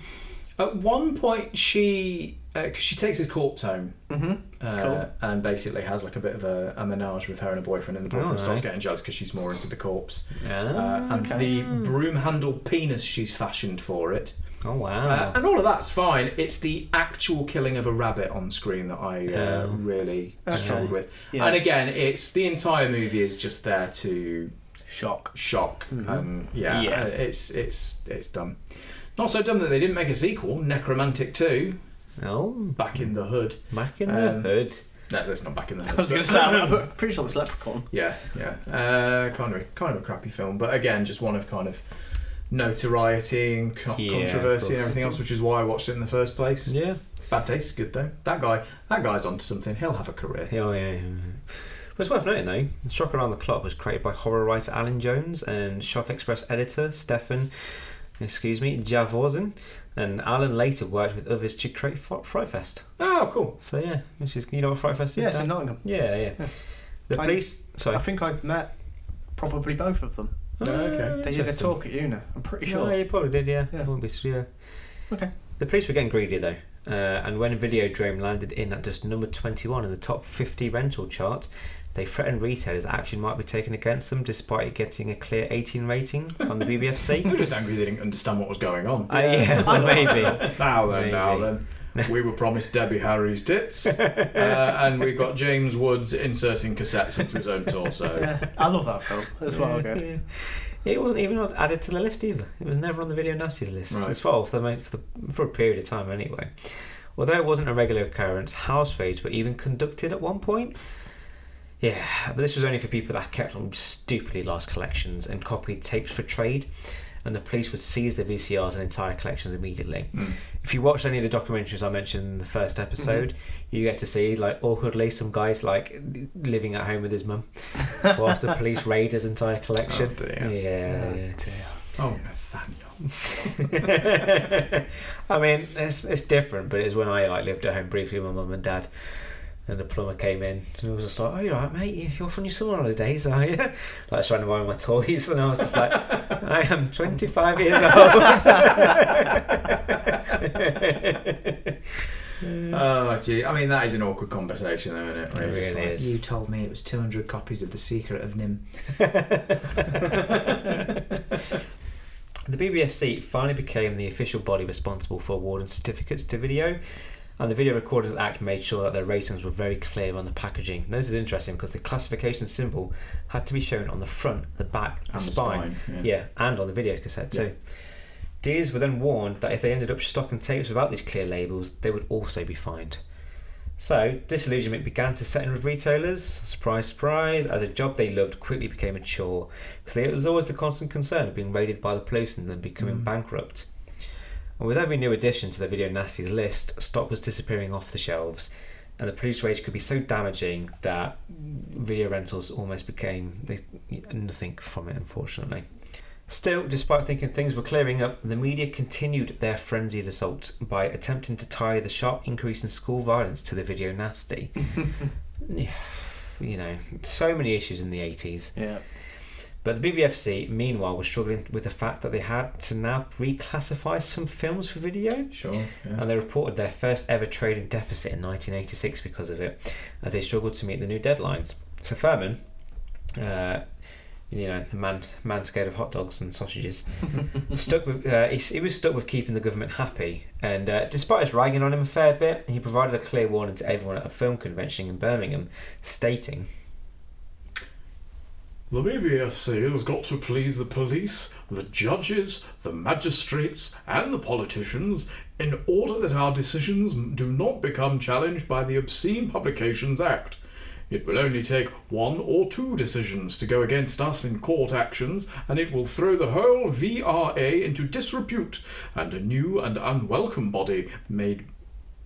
D: at one point she because she takes his corpse home uh,
B: Cool.
D: and basically has like a bit of a, a menage with her and a boyfriend, and the boyfriend
C: Alright.
D: starts getting jealous because she's more into the corpse.
C: Yeah.
D: Uh, and the
C: Hmm.
D: broom handle penis she's fashioned for it,
C: oh,
D: uh,
C: wow.
D: and all of that's fine. It's the actual killing of a rabbit on screen that I
C: Yeah.
D: uh, really
B: Okay.
D: struggled with.
B: Yeah.
D: And again, it's the entire movie is just there to
B: Shock.
D: shock.
C: Mm-hmm.
D: Um, yeah,
C: Yeah.
D: uh, it's it's it's dumb. Not so dumb that they didn't make a sequel, Necromantic Two,
C: oh,
D: Back in the Hood.
C: back in the
D: Um,
C: hood.
D: No, that's not Back in the Hood.
B: I was going to
D: but-
B: say, I'm I'm pretty sure it's Leprechaun.
D: Yeah, yeah. Uh, kind of kind of a crappy film, but again, just one of kind of notoriety and co-
C: Yeah, of
D: controversy and
C: course.
D: everything else, which is why I watched it in the first place.
C: Yeah.
D: Bad taste, good though. That guy, that guy's onto something. He'll have a career.
C: Yeah, oh, yeah, yeah. But it's worth noting though, Shock Around the Clock was created by horror writer Alan Jones and Shock Express editor Stefan, excuse me, Javorzen, and Alan later worked with others to create Fri- Fright Fest.
D: Oh, cool.
C: So yeah, which is you know what Fright Fest is?
B: Yeah, it's in
C: Dan?
B: Nottingham.
C: yeah, yeah. The
B: I-
C: police. Sorry.
B: I think I've met probably both of them.
D: Oh, okay.
B: They did a
C: Interesting.
B: talk at UNA. I'm pretty
C: Yeah,
B: sure.
C: you probably did. Yeah.
B: Yeah.
C: I wouldn't be s- yeah.
B: Okay.
C: The police were getting greedy though, uh, and when Videodrome landed in at just number 21 in the top 50 rental chart, they threatened retailers that action might be taken against them despite it getting a clear 18 rating from the
D: We
C: BBFC.
D: were just angry they didn't understand what was going on.
C: Uh, yeah, well, maybe.
D: Now then, now
C: Maybe.
D: then. We were promised Debbie Harry's tits, uh, and we got James Woods inserting cassettes into his own torso.
B: Yeah, I love that film. That's well good.
C: It wasn't even added to the list either. It was never on the Video Nasties list.
D: Right.
C: As well, for, the, mo- for, the, for a period of time anyway. Although it wasn't a regular occurrence, house raids were even conducted at one point. Yeah, but this was only for people that kept on stupidly large collections and copied tapes for trade, and the police would seize the VCRs and entire collections immediately. If you watched any of the documentaries I mentioned in the first episode, you get to see like awkwardly some guys like living at home with his mum, whilst the police raid his entire collection.
D: Oh, dear.
C: yeah, yeah.
D: Oh, Nathaniel.
C: I mean, it's it's different, but it's when I like lived at home briefly with my mum and dad, and the plumber came in and I was just like, "Oh, you're right, mate. You- You're off on your summer holidays, are you?" Like trying to buy my toys, and I was just like, "I am 25 years old."
D: Oh, gee. I mean, that is an awkward conversation, though, isn't it? Where
C: It
D: you're just
C: really
D: like,
C: is.
D: You told me it was 200 copies of The Secret of Nim.
C: The BBFC finally became the official body responsible for awarding certificates to video, and the Video Recorders Act made sure that their ratings were very clear on the packaging. Now, This is interesting because the classification symbol had to be shown on the front, the back, the
D: And the
C: spine,
D: spine,
C: yeah. and on the video cassette too. Dealers were then warned that if they ended up stocking tapes without these clear labels, they would also be fined. So, disillusionment began to set in with retailers. Surprise, surprise, as a job they loved quickly became a chore because it was always the constant concern of being raided by the police and then becoming bankrupt. And with every new addition to the Video Nasties list, stock was disappearing off the shelves, and the police rage could be so damaging that video rentals almost became they, nothing from it, unfortunately. Still, despite thinking things were clearing up, the media continued their frenzied assault by attempting to tie the sharp increase in school violence to the video nasty. Yeah, you know, so many issues in the 80s.
B: Yeah.
C: But the BBFC, meanwhile, was struggling with the fact that they had to now reclassify some films for video.
D: Sure.
C: And they reported their first ever trading deficit in 1986 because of it, as they struggled to meet the new deadlines. So Furman uh, you know, the man, man scared of hot dogs and sausages. stuck with, uh, he, he was stuck with keeping the government happy, and uh, despite us ragging on him a fair bit, he provided a clear warning to everyone at a film convention in Birmingham, stating,
D: The BBFC has got to please the police, the judges, the magistrates, and the politicians in order that our decisions do not become challenged by the Obscene Publications Act. It will only take one or two decisions to go against us in court actions, and it will throw the whole VRA into disrepute, and a new and unwelcome body may,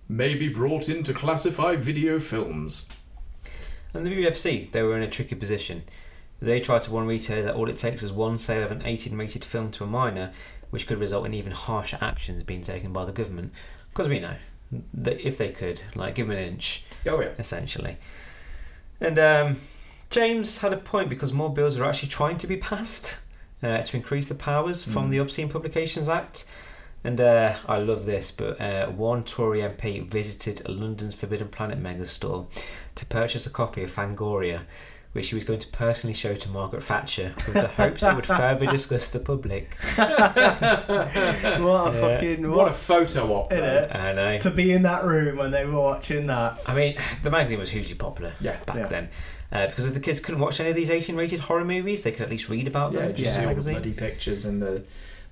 D: may be brought in to classify video films.
C: And the BBFC, they were in a tricky position. They tried to warn retailers that all it takes is one sale of an 18 rated film to a minor, which could result in even harsher actions being taken by the government. Because we know that if they could, like, give them an inch,
D: Oh, yeah.
C: essentially. And um, James had a point because more bills were actually trying to be passed uh, to increase the
D: Hmm.
C: powers from the Obscene Publications Act. And uh, I love this, but uh, one Tory MP visited London's Forbidden Planet mega store to purchase a copy of Fangoria, which he was going to personally show to Margaret Thatcher with the hopes it would further disgust the public.
B: What a
C: Yeah.
B: fucking
D: What a
B: what,
D: photo op!
B: a
D: though.
B: innit?
C: I know.
B: to be in that room when they were watching that.
C: I mean, the magazine was hugely popular
D: Yeah.
C: back
B: Yeah.
C: then. Uh, because if the kids couldn't watch any of these 18 rated horror movies, they could at least read about
E: Yeah,
C: them.
E: just
B: Yeah.
E: see all the
C: magazine.
E: bloody pictures and the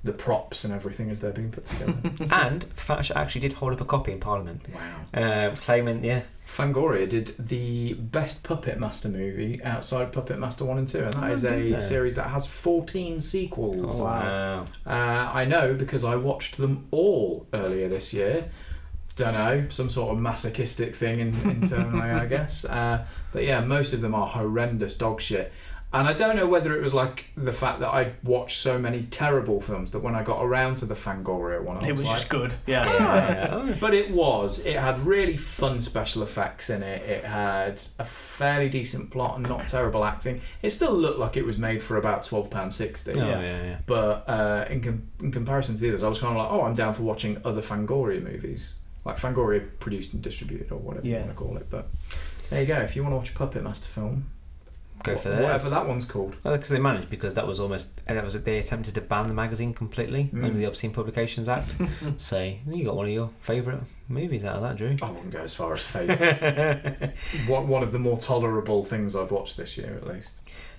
E: the props and everything as they're being put together.
C: And Thatcher actually did hold up a copy in Parliament,
E: wow.
C: um, claiming, yeah,
E: Fangoria did the best Puppet Master movie outside Puppet Master 1 and 2, and that
C: Oh,
E: is
C: did
E: a
C: they?
E: series that has 14 sequels.
B: Oh, wow.
E: Uh, I know because I watched them all earlier this year. Don't know, some sort of masochistic thing in, internally,
B: Mm-hmm.
E: I guess. Uh, but yeah, most of them are horrendous dog shit. And I don't know whether it was like the fact that I watched so many terrible films that when I got around to the Fangoria one, I was,
B: It was
E: like,
B: just good. Yeah.
C: Yeah. Oh.
E: but it was. It had really fun special effects in it. It had a fairly decent plot and not terrible acting. It still looked like it was made for about twelve pound sixty.
C: Oh,
B: Yeah.
C: yeah, yeah.
E: But uh, in, com- in comparison to the others, I was kind of like, oh, I'm down for watching other Fangoria movies, like Fangoria produced and distributed or whatever
B: Yeah.
E: you want to call it. But there you go. If you want to watch a Puppet Master film,
C: Go
E: wh-
C: for
E: whatever
C: theirs.
E: that one's called.
C: Well, because Oh, they managed, because that was almost and that was they attempted to ban the magazine completely
E: Mm.
C: under the Obscene Publications Act. so you got one of your favourite movies out of that, Drew.
E: I wouldn't go as far as favourite. one one of the more tolerable things I've watched this year, at least.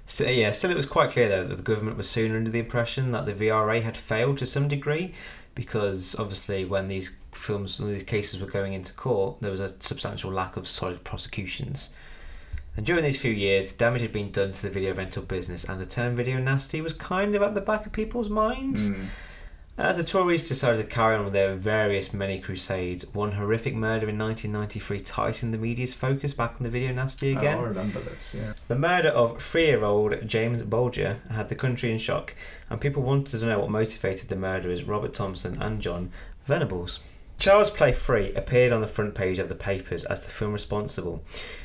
C: So, uh, yeah, still it was quite clear though that the government was soon under the impression that the VRA had failed to some degree, because obviously when these films, when these cases were going into court, there was a substantial lack of solid prosecutions. And during these few years, the damage had been done to the video rental business, and the term "video nasty" was kind of at the back of people's minds.
E: Mm.
C: As the Tories decided to carry on with their various many crusades, one horrific murder in 1993 tightened the media's focus back on the video nasty again.
E: Oh, I remember this. Yeah.
C: The murder of three-year-old James Bolger had the country in shock, and people wanted to know what motivated the murderers Robert Thompson and John Venables. Child's Play 3 appeared on the front page of the papers as the film responsible,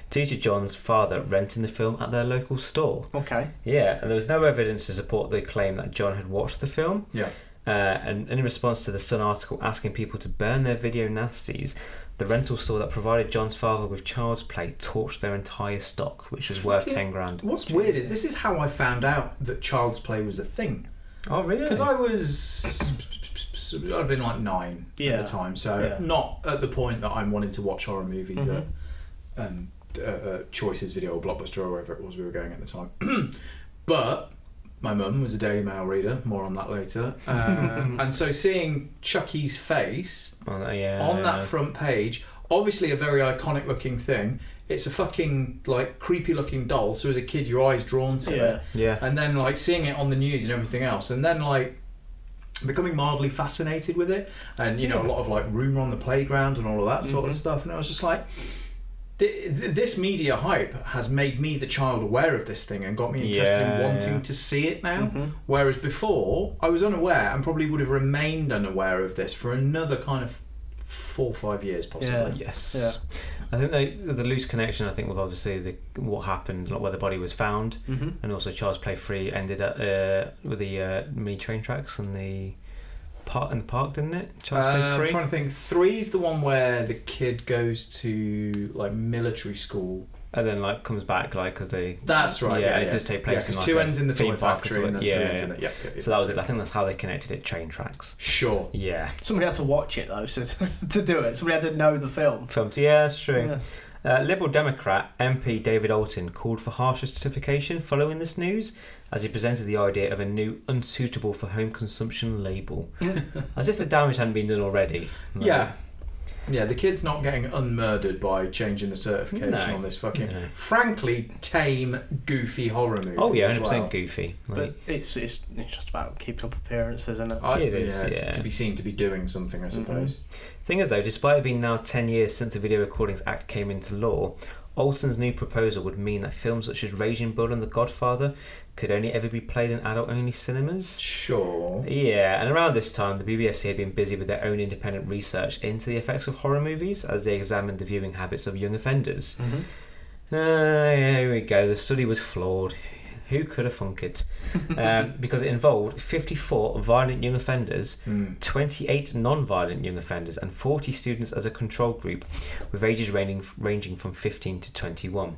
C: due to John's father renting the film at their local store.
B: Okay.
C: Yeah, and there was no evidence to support the claim that John had watched the film.
E: Yeah.
C: Uh, and in response to the Sun article asking people to burn their video nasties, the rental store that provided John's father with child's play torched their entire stock, which was worth
E: Fucking-
C: 10 grand.
E: What's weird is this is how I found out that child's play was a thing.
C: Oh, really?
E: Because I was. I'd have been like nine
B: Yeah.
E: at the time, so
B: Yeah.
E: not at the point that I'm wanting to watch horror movies at um, uh, uh, Choices Video or Blockbuster or wherever it was we were going at the time. but my mum was a Daily Mail reader, more on that later. Um, and so seeing Chucky's face
C: On that- uh, yeah,
E: on that
C: yeah.
E: front page, obviously a very iconic looking thing. It's a fucking like creepy looking doll. So as a kid, your eyes drawn to
B: Yeah.
E: it,
C: yeah.
E: and then like seeing it on the news and everything else, and then like becoming mildly fascinated with it, and you know a lot of like rumor on the playground and all of that sort of stuff. And I was just like. "Th- th- This media hype has made me, the child, aware of this thing and got me interested in
C: Yeah,
E: wanting
C: yeah.
E: to see it now.
D: Mm-hmm.
E: Whereas before, I was unaware and probably would have remained unaware of this for another kind of four or five years, possibly.
B: Yeah.
C: Yes. I think they, there's a loose connection, I think, with obviously the, what happened, like where the body was found,
B: Mhm.
C: and also Charles Play Free ended at uh, with the uh, mini train tracks and the park in the park, didn't it? Charles
E: Uh, I'm
C: Play Free.
E: trying to think. Three's the one where the kid goes to like military school
C: and then like comes back like because they.
D: That's right.
C: Yeah,
D: Yeah,
C: and it does take place in,
D: because
C: like,
D: two
C: a
D: ends in the
C: theme
D: toy
C: park or
D: factory and then
C: something.
D: three
C: Yeah,
D: ends in
C: yeah.
D: the yeah, yeah, yeah.
C: So that was it. I think that's how they connected it. Train tracks.
D: sure.
C: Yeah.
B: Somebody had to watch it though, so to do it, somebody had to know the film.
C: Filmed. Yeah, that's
B: Yeah.
C: true. Uh, Liberal Democrat MP David Alton called for harsher certification following this news as he presented the idea of a new unsuitable for home consumption label. as if the damage hadn't been done already.
D: Yeah.
E: Yeah, the kid's not getting unmurdered by changing the certification
C: No.
E: on this fucking,
C: No.
E: frankly, tame, goofy horror movie.
C: Oh, yeah,
E: as
C: 100%
E: well.
C: goofy. Like,
B: But it's, it's it's just about keeping up appearances, isn't it?
E: I,
C: It is,
E: yeah, it's
C: yeah. Mm-hmm.
E: To be seen to be doing something, I suppose.
C: Thing is, though, despite it being now 10 years since the Video Recordings Act came into law, Alton's new proposal would mean that films such as Raging Bull and The Godfather could only ever be played in adult only cinemas.
E: Sure.
C: Yeah, and around this time, the BBFC had been busy with their own independent research into the effects of horror movies as they examined the viewing habits of young offenders. Ah, yeah, here we go. The study was flawed. Who could have thunk it? um, because it involved 54 violent young offenders, 28 non violent young offenders, and 40 students as a control group, with ages ranging, ranging from 15 to 21.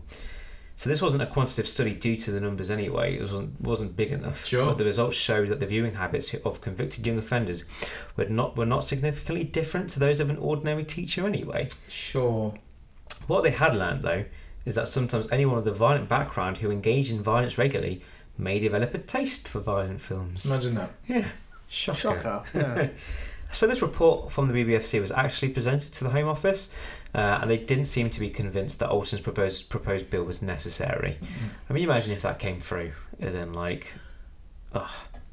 C: So this wasn't a quantitative study due to the numbers anyway. It wasn't wasn't big enough.
E: Sure.
C: But the results showed that the viewing habits of convicted young offenders were not were not significantly different to those of an ordinary teacher anyway.
E: Sure.
C: What they had learned, though, is that sometimes anyone with a violent background who engaged in violence regularly may develop a taste for violent films.
E: Imagine that.
C: Yeah, shocker.
B: Shocker. Yeah.
C: So this report from the BBFC was actually presented to the Home Office, uh, and they didn't seem to be convinced that Alton's proposed proposed bill was necessary.
E: Mm-hmm.
C: I mean, imagine if that came through, and then like,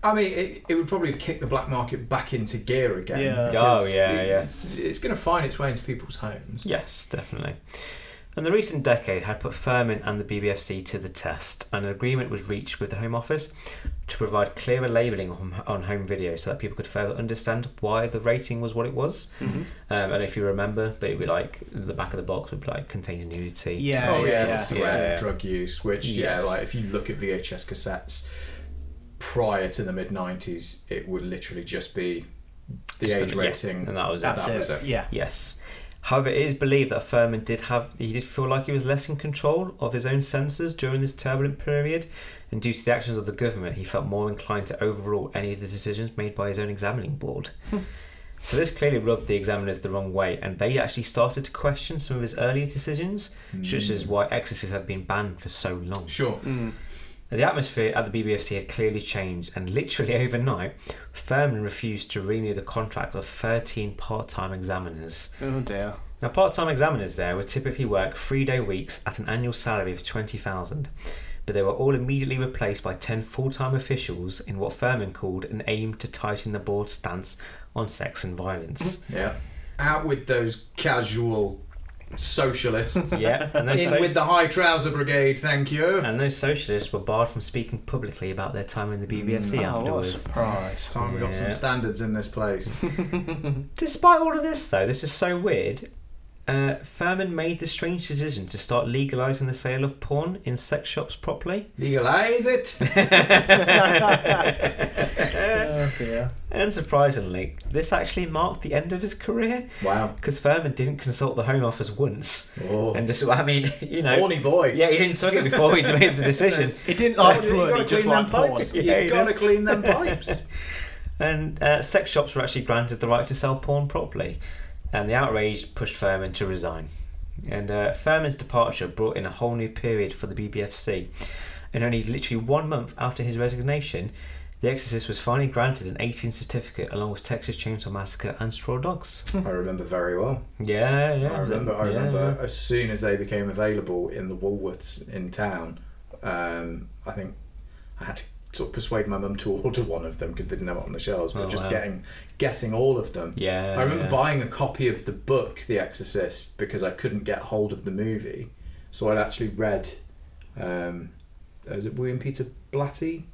E: I mean, it, it would probably kick the black market back into gear again.
B: Yeah.
E: because
C: Oh, yeah,
E: it-
C: yeah.
E: It's going to find its way into people's homes.
C: yes, definitely. And the recent decade had put Furman and the BBFC to the test, and an agreement was reached with the Home Office to provide clearer labelling on, on home video so that people could further understand why the rating was what it was. Um, I don't know if you remember, but it would be like the back of the box would be like contains nudity.
B: Yeah,
E: Oh, yeah,
B: yeah.
E: that's the
C: yeah.
E: way of
C: Yeah.
E: drug use, which,
C: Yes.
E: yeah, like if you look at VHS cassettes prior to the mid 90s, it would literally just be the
C: Just
E: age
C: the- yeah,
E: rating.
C: and that was it.
B: That's
E: That
B: it.
E: was it.
B: Yeah.
C: Yes. However, it is believed that Furman did have he did feel like he was less in control of his own senses during this turbulent period, and due to the actions of the government, he felt more inclined to overrule any of the decisions made by his own examining board. so this clearly rubbed the examiners the wrong way, and they actually started to question some of his earlier decisions, such as why exorcists had been banned for so long.
E: Sure.
C: The atmosphere at the BBFC had clearly changed, and literally overnight, Furman refused to renew the contract of 13 part time examiners.
B: Oh dear.
C: Now, part-time examiners there would typically work three-day weeks at an annual salary of twenty thousand, but they were all immediately replaced by ten full-time officials in what Furman called an aim to tighten the board's stance on sex and violence.
E: Yeah. Out with those casual socialists.
C: yeah, and those,
E: In
C: so-
E: with the High Trouser Brigade, thank you.
C: and those socialists were barred from speaking publicly about their time in the BBFC
B: oh,
E: Mm,
B: what a
C: afterwards.
B: surprise.
E: Time we got some
C: Yeah.
E: standards in this place.
C: Despite all of this, though, this is so weird. Uh, Furman made the strange decision to start legalising the sale of porn in sex shops properly.
E: Legalise it.
B: Oh dear.
C: Unsurprisingly, this actually marked the end of his career
E: Wow.
C: because Furman didn't consult the Home Office once.
E: Oh.
C: And just, I mean, you know.
E: Horny boy.
C: Yeah, he didn't talk it before he made the decision.
B: He didn't
E: Told
B: like
E: you, you
B: blood,
E: gotta
B: he just
E: clean them
B: liked porn.
E: pipes.
C: Yeah, he
E: you gotta
C: does.
E: clean them pipes.
C: And uh, sex shops were actually granted the right to sell porn properly. And the outrage pushed Furman to resign. And uh, Furman's departure brought in a whole new period for the BBFC. And only literally one month after his resignation, The Exorcist was finally granted an 18 certificate along with Texas Chainsaw Massacre and Straw Dogs.
E: I remember very well.
C: Yeah, yeah.
E: I remember. I
C: yeah.
E: remember as soon as they became available in the Woolworths in town, um, I think I had to sort of persuade my mum to order one of them because they didn't have it on the shelves. But
C: Oh,
E: just
C: wow.
E: getting getting all of them.
C: Yeah,
E: I
C: Uh,
E: remember
C: yeah.
E: buying a copy of the book The Exorcist because I couldn't get hold of the movie, so I'd actually read. Um, is it William Peter Blatty?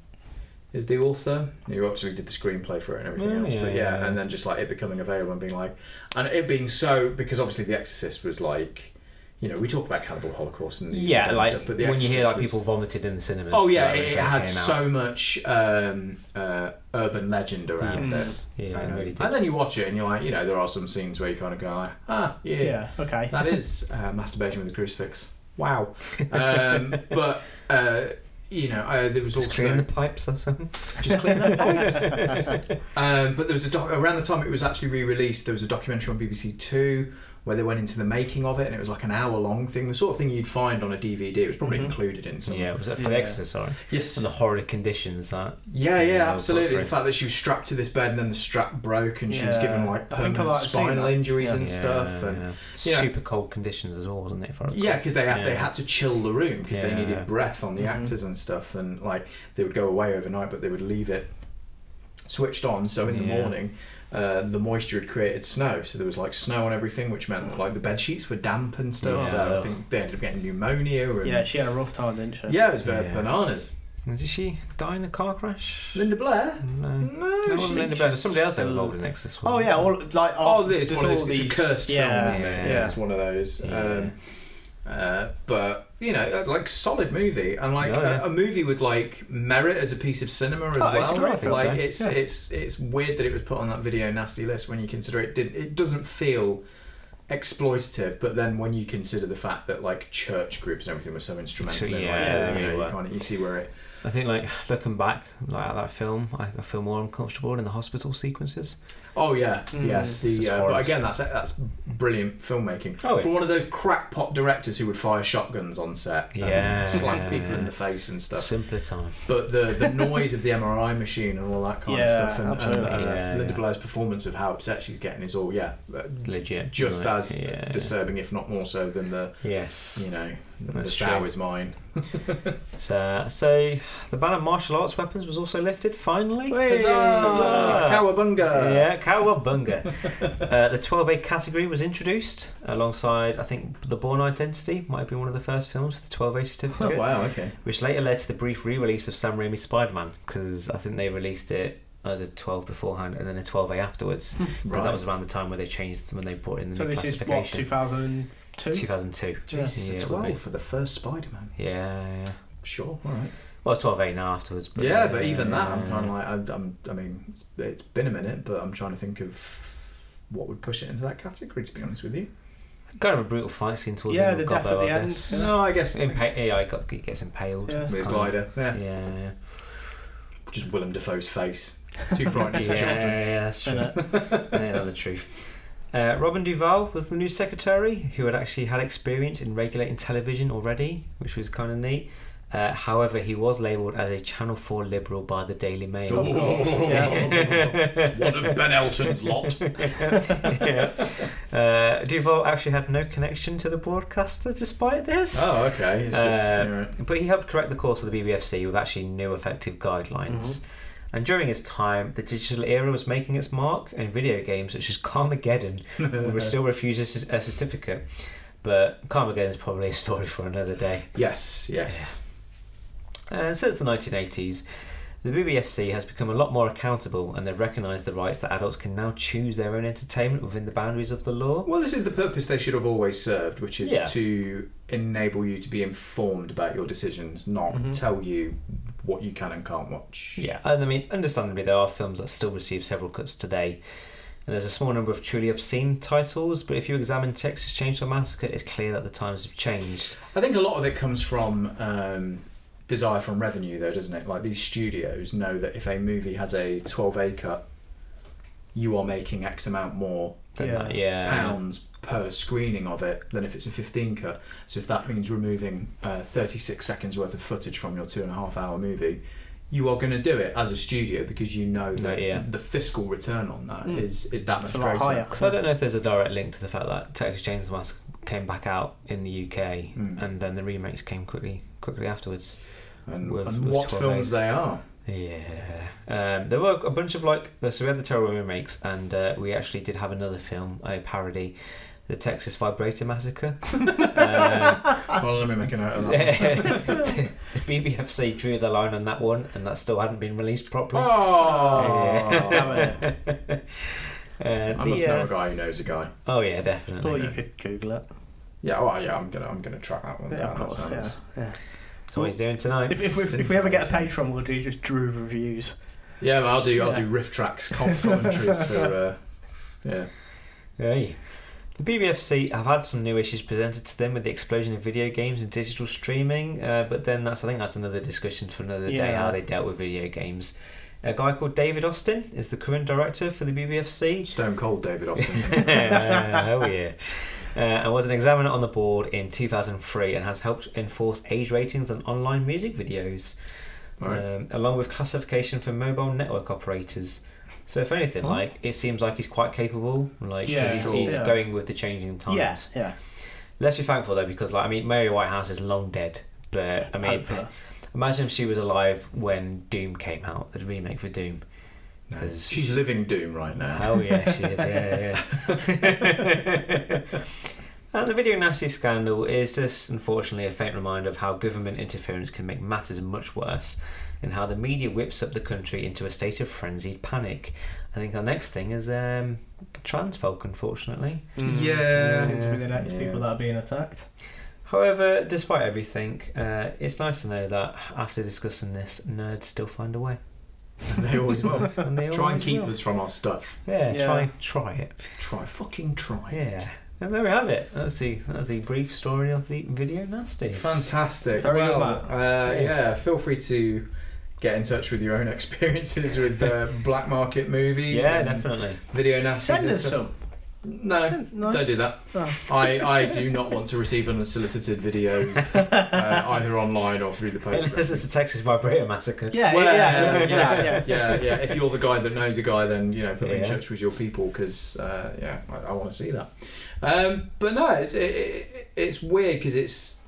E: Is the author who actually did the screenplay for it and everything
C: Oh,
E: else?
C: yeah,
E: but
C: yeah,
E: yeah,
C: yeah.
E: and then just like it becoming available and being like, and it being so because obviously The Exorcist was like, you know, we talk about cannibal holocaust and
C: Yeah,
E: and
C: like
E: stuff, but The
C: when you hear
E: Exorcist
C: like
E: was-
C: people vomited in the cinemas.
E: Oh yeah,
C: like, when
E: it, it
C: first
E: had
C: came out.
E: so much um, uh, urban legend around
C: Yes.
E: it.
C: Yeah, it
E: Um,
C: really did.
E: and then you watch it and you're like, you know, there are some scenes where you kind of go like, ah, yeah,
B: Yeah, okay.
E: that is uh, masturbation with a crucifix. Wow. Um, but, uh, you know, uh, there was
C: Just
E: also.
C: clearing the pipes or something.
E: just clean their pipes. um, but there was a doc around the time it was actually re-released. There was a documentary on BBC Two where they went into the making of it, and it was like an hour-long thing, the sort of thing you'd find on a DVD. It was probably
B: Mhm.
E: included in some.
C: Yeah, was that for
B: Yeah.
C: the exercise?
E: Yes.
C: And the horrid conditions that.
E: Yeah, yeah,
C: Yeah,
E: absolutely. The
C: Godfrey.
E: fact that she was strapped to this bed and then the strap broke and she was
B: Yeah.
E: given
B: I
E: like
B: think I
E: permanent
B: might have seen
E: spinal
B: that.
E: injuries
B: Yeah.
E: and
C: Yeah,
E: stuff. And
C: yeah.
E: Yeah.
C: Super cold conditions as well, wasn't it? For
E: yeah, because they had they
C: Yeah.
E: had to chill the room because they
C: Yeah.
E: needed breath on the
B: Mhm.
E: actors and stuff, and like they would go away overnight, but they would leave it switched on. So in the
C: Yeah.
E: morning, uh, the moisture had created snow, so there was like snow on everything, which meant that like the bed sheets were damp and stuff. So
B: Yeah.
E: I think they ended up getting pneumonia. And,
B: Yeah, she had a rough time, didn't she?
E: yeah, it was ba-
C: Yeah.
E: bananas.
C: And Did she die in a car crash?
E: Linda Blair.
C: No.
E: No,
C: No, it wasn't
E: she's-
C: Linda Blair. There's Somebody else involved in Nexus.
B: Oh
C: wasn't
B: yeah,
C: there?
B: all like
E: Oh,
B: oh,
E: this
B: there's
E: one
B: all
E: is
B: these
E: it's a cursed
B: yeah,
E: film, isn't it?
C: yeah.
E: it's one of those.
C: Yeah.
E: Um, uh, but you know, like solid movie, and like
C: Yeah,
E: a-
C: yeah.
E: A, movie with like merit as a piece of cinema as
B: Oh, it's
E: well.
B: a great film.
E: like
C: I think so.
E: it's
C: Yeah.
E: it's it's weird that it was put on that video nasty list when you consider it did it doesn't feel exploitative, but then when you consider the fact that like church groups and everything were so instrumental, in, like,
C: Yeah,
E: you,
C: they
E: know, you,
C: were.
E: kind of, you see where it.
C: I think like looking back like at that film, I, I feel more uncomfortable in the hospital sequences.
E: Oh yeah,
B: Mm.
E: yes.
C: It's
E: The,
C: just
E: uh, but
C: horrible.
E: again, that's that's brilliant filmmaking
C: Oh, yeah.
E: for one of those crackpot directors who would fire shotguns on set, and
C: Yeah,
E: slam
C: yeah,
E: people in
C: Um, yeah.
E: the face and stuff.
C: Simpler time.
E: but the the noise of the MRI machine and all that kind
B: Yeah,
E: of stuff, and,
B: absolutely.
E: and uh,
C: Yeah,
E: Linda
C: yeah.
E: Blair's performance of how upset she's getting is all yeah, uh,
C: Legit.
E: just
C: right.
E: as
C: yeah.
E: disturbing, if not more so than the
C: Yes.
E: you know the
C: That's
E: sow
C: true.
E: is mine.
C: So, uh, so the ban on martial arts weapons was also lifted finally.
B: Hey!
C: Huzzah!
E: Cowabunga!
C: Yeah, cowabunga. uh, the 12A category was introduced alongside, I think, The Born Identity might have been one of the first films for the 12A certificate,
E: Oh, wow. Okay.
C: which later led to the brief re-release of Sam Raimi's Spider-Man because I think they released it as a 12 beforehand and then a 12A afterwards because
E: Hmm. Right.
C: that was around the time where they changed when they brought in the
B: So
C: new
B: this is what
C: classification.
B: 2002.
C: 2002.
E: Jesus,
C: Yeah, it
E: a
C: would be.
E: twelve for the first Spider-Man.
C: Yeah, yeah.
E: Sure. All right.
C: Well, 12A now afterwards. But
E: yeah, but even that,
C: yeah.
E: I'm kind of like, I, I'm, I mean, it's- it's been a minute, but I'm trying to think of what would push it into that category. To be honest with you.
C: Kind of a brutal fight scene towards
B: Yeah,
C: the end.
B: the
C: of
B: death at
C: Gobbo,
B: the
C: I
B: end.
C: guess.
B: Yeah.
E: No, I guess
C: Impa- AI got, he gets impaled.
B: Yeah.
C: It's
E: with his
C: kind of-
E: glider. Yeah.
C: Yeah,
E: Just Willem Dafoe's face. Too frightening
C: yeah,
E: for children.
C: yeah, that's true.
B: Isn't
C: yeah,
B: it?
C: that's the truth. Uh, Robin Duval was the new secretary, who had actually had experience in regulating television already, which was kind of neat. Uh, however, he was labelled as a Channel 4 liberal by the Daily Mail.
B: Of course,
C: yeah.
D: One of Ben Elton's lot.
C: yeah. Uh, Duval actually had no connection to the broadcaster despite this.
E: Oh, okay. It's just,
C: Uh,
E: alright.
C: But he helped correct the course of the BBFC with actually new effective guidelines. And during his time, the digital era was making its mark, and video games such as Carmageddon were still refused a cer- a certificate. But Carmageddon is probably a story for another day.
E: Yes, yes.
C: And since the 1980s, the BBFC has become a lot more accountable, and they've recognised the rights that adults can now choose their own entertainment within the boundaries of the law.
E: Well, this is the purpose they should have always served, which is
C: Yeah.
E: to enable you to be informed about your decisions, not tell you what you can and can't watch.
C: Yeah, and I mean, understandably, there are films that still receive several cuts today, and there's a small number of truly obscene titles. But if you examine Texas Chainsaw Massacre, it's clear that the times have changed.
E: I think a lot of it comes from um, desire from revenue, though, doesn't it? Like these studios know that if a movie has a 12A cut, you are making X amount more
C: than
B: Yeah.
C: that. yeah,
E: pounds per screening of it than if it's a 15 cut. So if that means removing uh, 36 seconds worth of footage from your two and a half hour movie, you are going to do it as a studio because you know that
C: Yeah, yeah.
E: the fiscal return on that
B: Mm.
E: is is that much
B: It's a lot
E: greater.
B: higher.
C: Because I don't know if there's a direct link to the fact that Texas Chainsaw Massacre came back out in the UK,
E: Mm.
C: and then the remakes came quickly, quickly afterwards.
E: And,
C: With-
E: and
C: with
E: what
C: 12
E: films
C: days.
E: they are.
C: Yeah, um, there were a bunch of like. So we had the terrible remakes, and uh, we actually did have another film, a parody, the Texas Vibrator Massacre. Um,
E: well, let me make a note of that.
C: the BBFC drew the line on that one, and that still hadn't been released properly.
E: Oh,
B: Damn it.
C: Uh, the,
E: I must
C: uh,
E: know a guy who knows a guy.
C: oh yeah, definitely.
B: Well, you could Google it.
E: Yeah, well, yeah, I'm gonna I'm gonna track that one
B: Yeah,
E: down.
B: of
E: that
B: course.
E: sounds-
B: Yeah. yeah.
C: That's what he's doing tonight.
B: If, if, we, if we ever get a Patreon, we'll do just Drew reviews.
E: Yeah, well, I'll do I'll
B: Yeah.
E: do riff tracks com- commentaries for. Uh, yeah.
C: Hey. The BBFC have had some new issues presented to them with the explosion of video games and digital streaming, uh, but then that's I think that's another discussion for another day
B: Yeah.
C: how they dealt with video games. A guy called David Austin is the current director for the BBFC.
D: Stone Cold David Austin.
C: oh yeah. Uh, and was an examiner on the board in 2003 and has helped enforce age ratings on online music videos,
D: Right.
C: um, along with classification for mobile network operators. So, if anything, like it seems like he's quite capable. Like
B: Yeah,
C: he's,
B: sure.
C: he's
B: Yeah.
C: going with the changing times.
B: Yes,
E: Uh,
B: yeah.
C: Let's be thankful though, because like I mean, Mary Whitehouse is long dead. But I mean,
B: Hopefully.
C: imagine if she was alive when Doom came out, the remake for Doom. 'Cause-
D: She's living doom right now.
C: Oh yeah, she is. Yeah, yeah. and the video nasty scandal is just unfortunately a faint reminder of how government interference can make matters much worse, and how the media whips up the country into a state of frenzied panic. I think our next thing is um, trans folk, unfortunately.
E: Yeah.
C: Mm.
B: Seems to be the next
C: Yeah.
B: people that are being attacked.
C: However, despite everything, uh, it's nice to know that after discussing this, nerds still find a way.
D: They always will.
C: And
D: Try
C: they
D: and
C: always
D: keep
C: will.
D: us from our stuff.
C: Yeah,
B: Yeah.
C: try try it.
D: Try, fucking try.
C: Yeah. And there we have it. That's the that's the brief story of the video nasties.
E: Fantastic.
B: Very good,
E: well,
B: Matt.
E: Uh, yeah, feel free to get in touch with your own experiences with uh, black market movies.
C: Yeah,
E: and
C: definitely.
E: Video nasties.
B: Send
E: and
B: us
E: stuff.
B: some.
E: No,
B: Send- no.
E: don't do that.
B: Oh.
E: I, I do not want to receive unsolicited videos uh, either online or through the post.
C: this is the Texas Vibrator Massacre.
B: Yeah,
E: Well,
B: yeah, yeah, yeah, yeah,
E: yeah, yeah, yeah. If you're the guy that knows a guy, then you know put me in
C: Yeah.
E: touch with your people because uh, yeah, I, I want to see that. Um, but no, it's it, it, it's weird because it's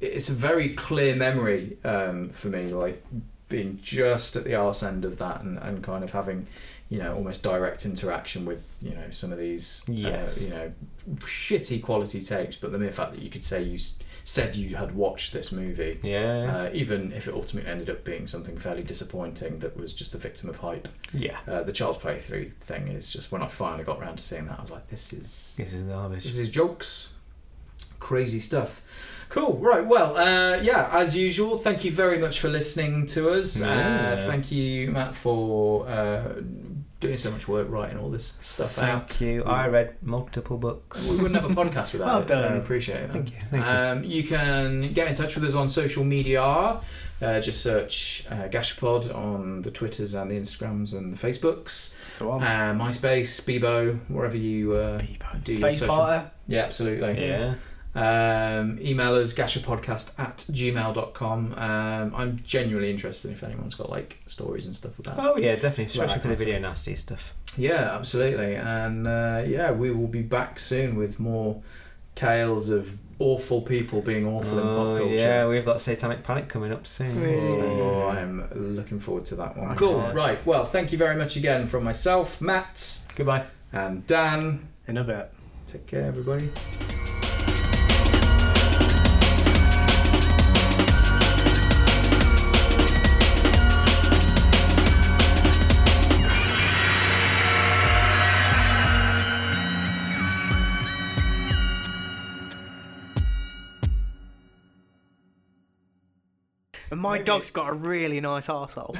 E: it's a very clear memory um, for me, like being just at the arse end of that and, and kind of having you know almost direct interaction with you know some of these uh,
C: Yes.
E: you know shitty quality tapes. But the mere fact that you could say you s- said you had watched this movie
C: Yeah.
E: uh, even if it ultimately ended up being something fairly disappointing that was just a victim of hype.
C: yeah.
E: Uh, the Child's Playthrough thing is just when I finally got round to seeing that, I was like, this is
C: This is garbage.
E: this is jokes, crazy stuff. Cool, right? Well, uh, yeah, as usual, thank you very much for listening to us. Uh,
C: Yeah.
E: thank you, Matt, for uh, doing so much work writing all this stuff out.
C: Thank you. I read multiple
E: We
C: books.
E: wouldn't have a podcast without
B: Well
E: it, so I
B: done.
E: appreciate it.
C: Thank you. Thank you.
E: um, you. can get in touch with us on social media. Uh, just search uh, Gashapod on the Twitters and the Instagrams and the Facebooks,
B: So
E: uh,
B: on.
E: MySpace, Bebo, wherever you uh, do your
B: Face
E: social.
B: butter.
E: Yeah, absolutely.
C: yeah.
E: Um, email us gashapodcast at gmail.com. Um, I'm genuinely interested if anyone's got like stories and stuff about.
C: Oh yeah, definitely, especially
E: Right,
C: for the
E: nice.
C: video nasty stuff.
E: Yeah, absolutely. And uh, yeah, we will be back soon with more tales of awful people being awful in
C: Oh,
E: pop culture.
C: yeah, we've got Satanic Panic coming up soon.
B: Yeah.
E: Oh, I am looking forward to that one.
B: Okay.
E: Cool. Right. Well, thank you very much again from myself, Matt,
C: Goodbye.
E: and Dan.
B: In a bit.
E: Take care, everybody.
B: And my dog's got a really nice arsehole.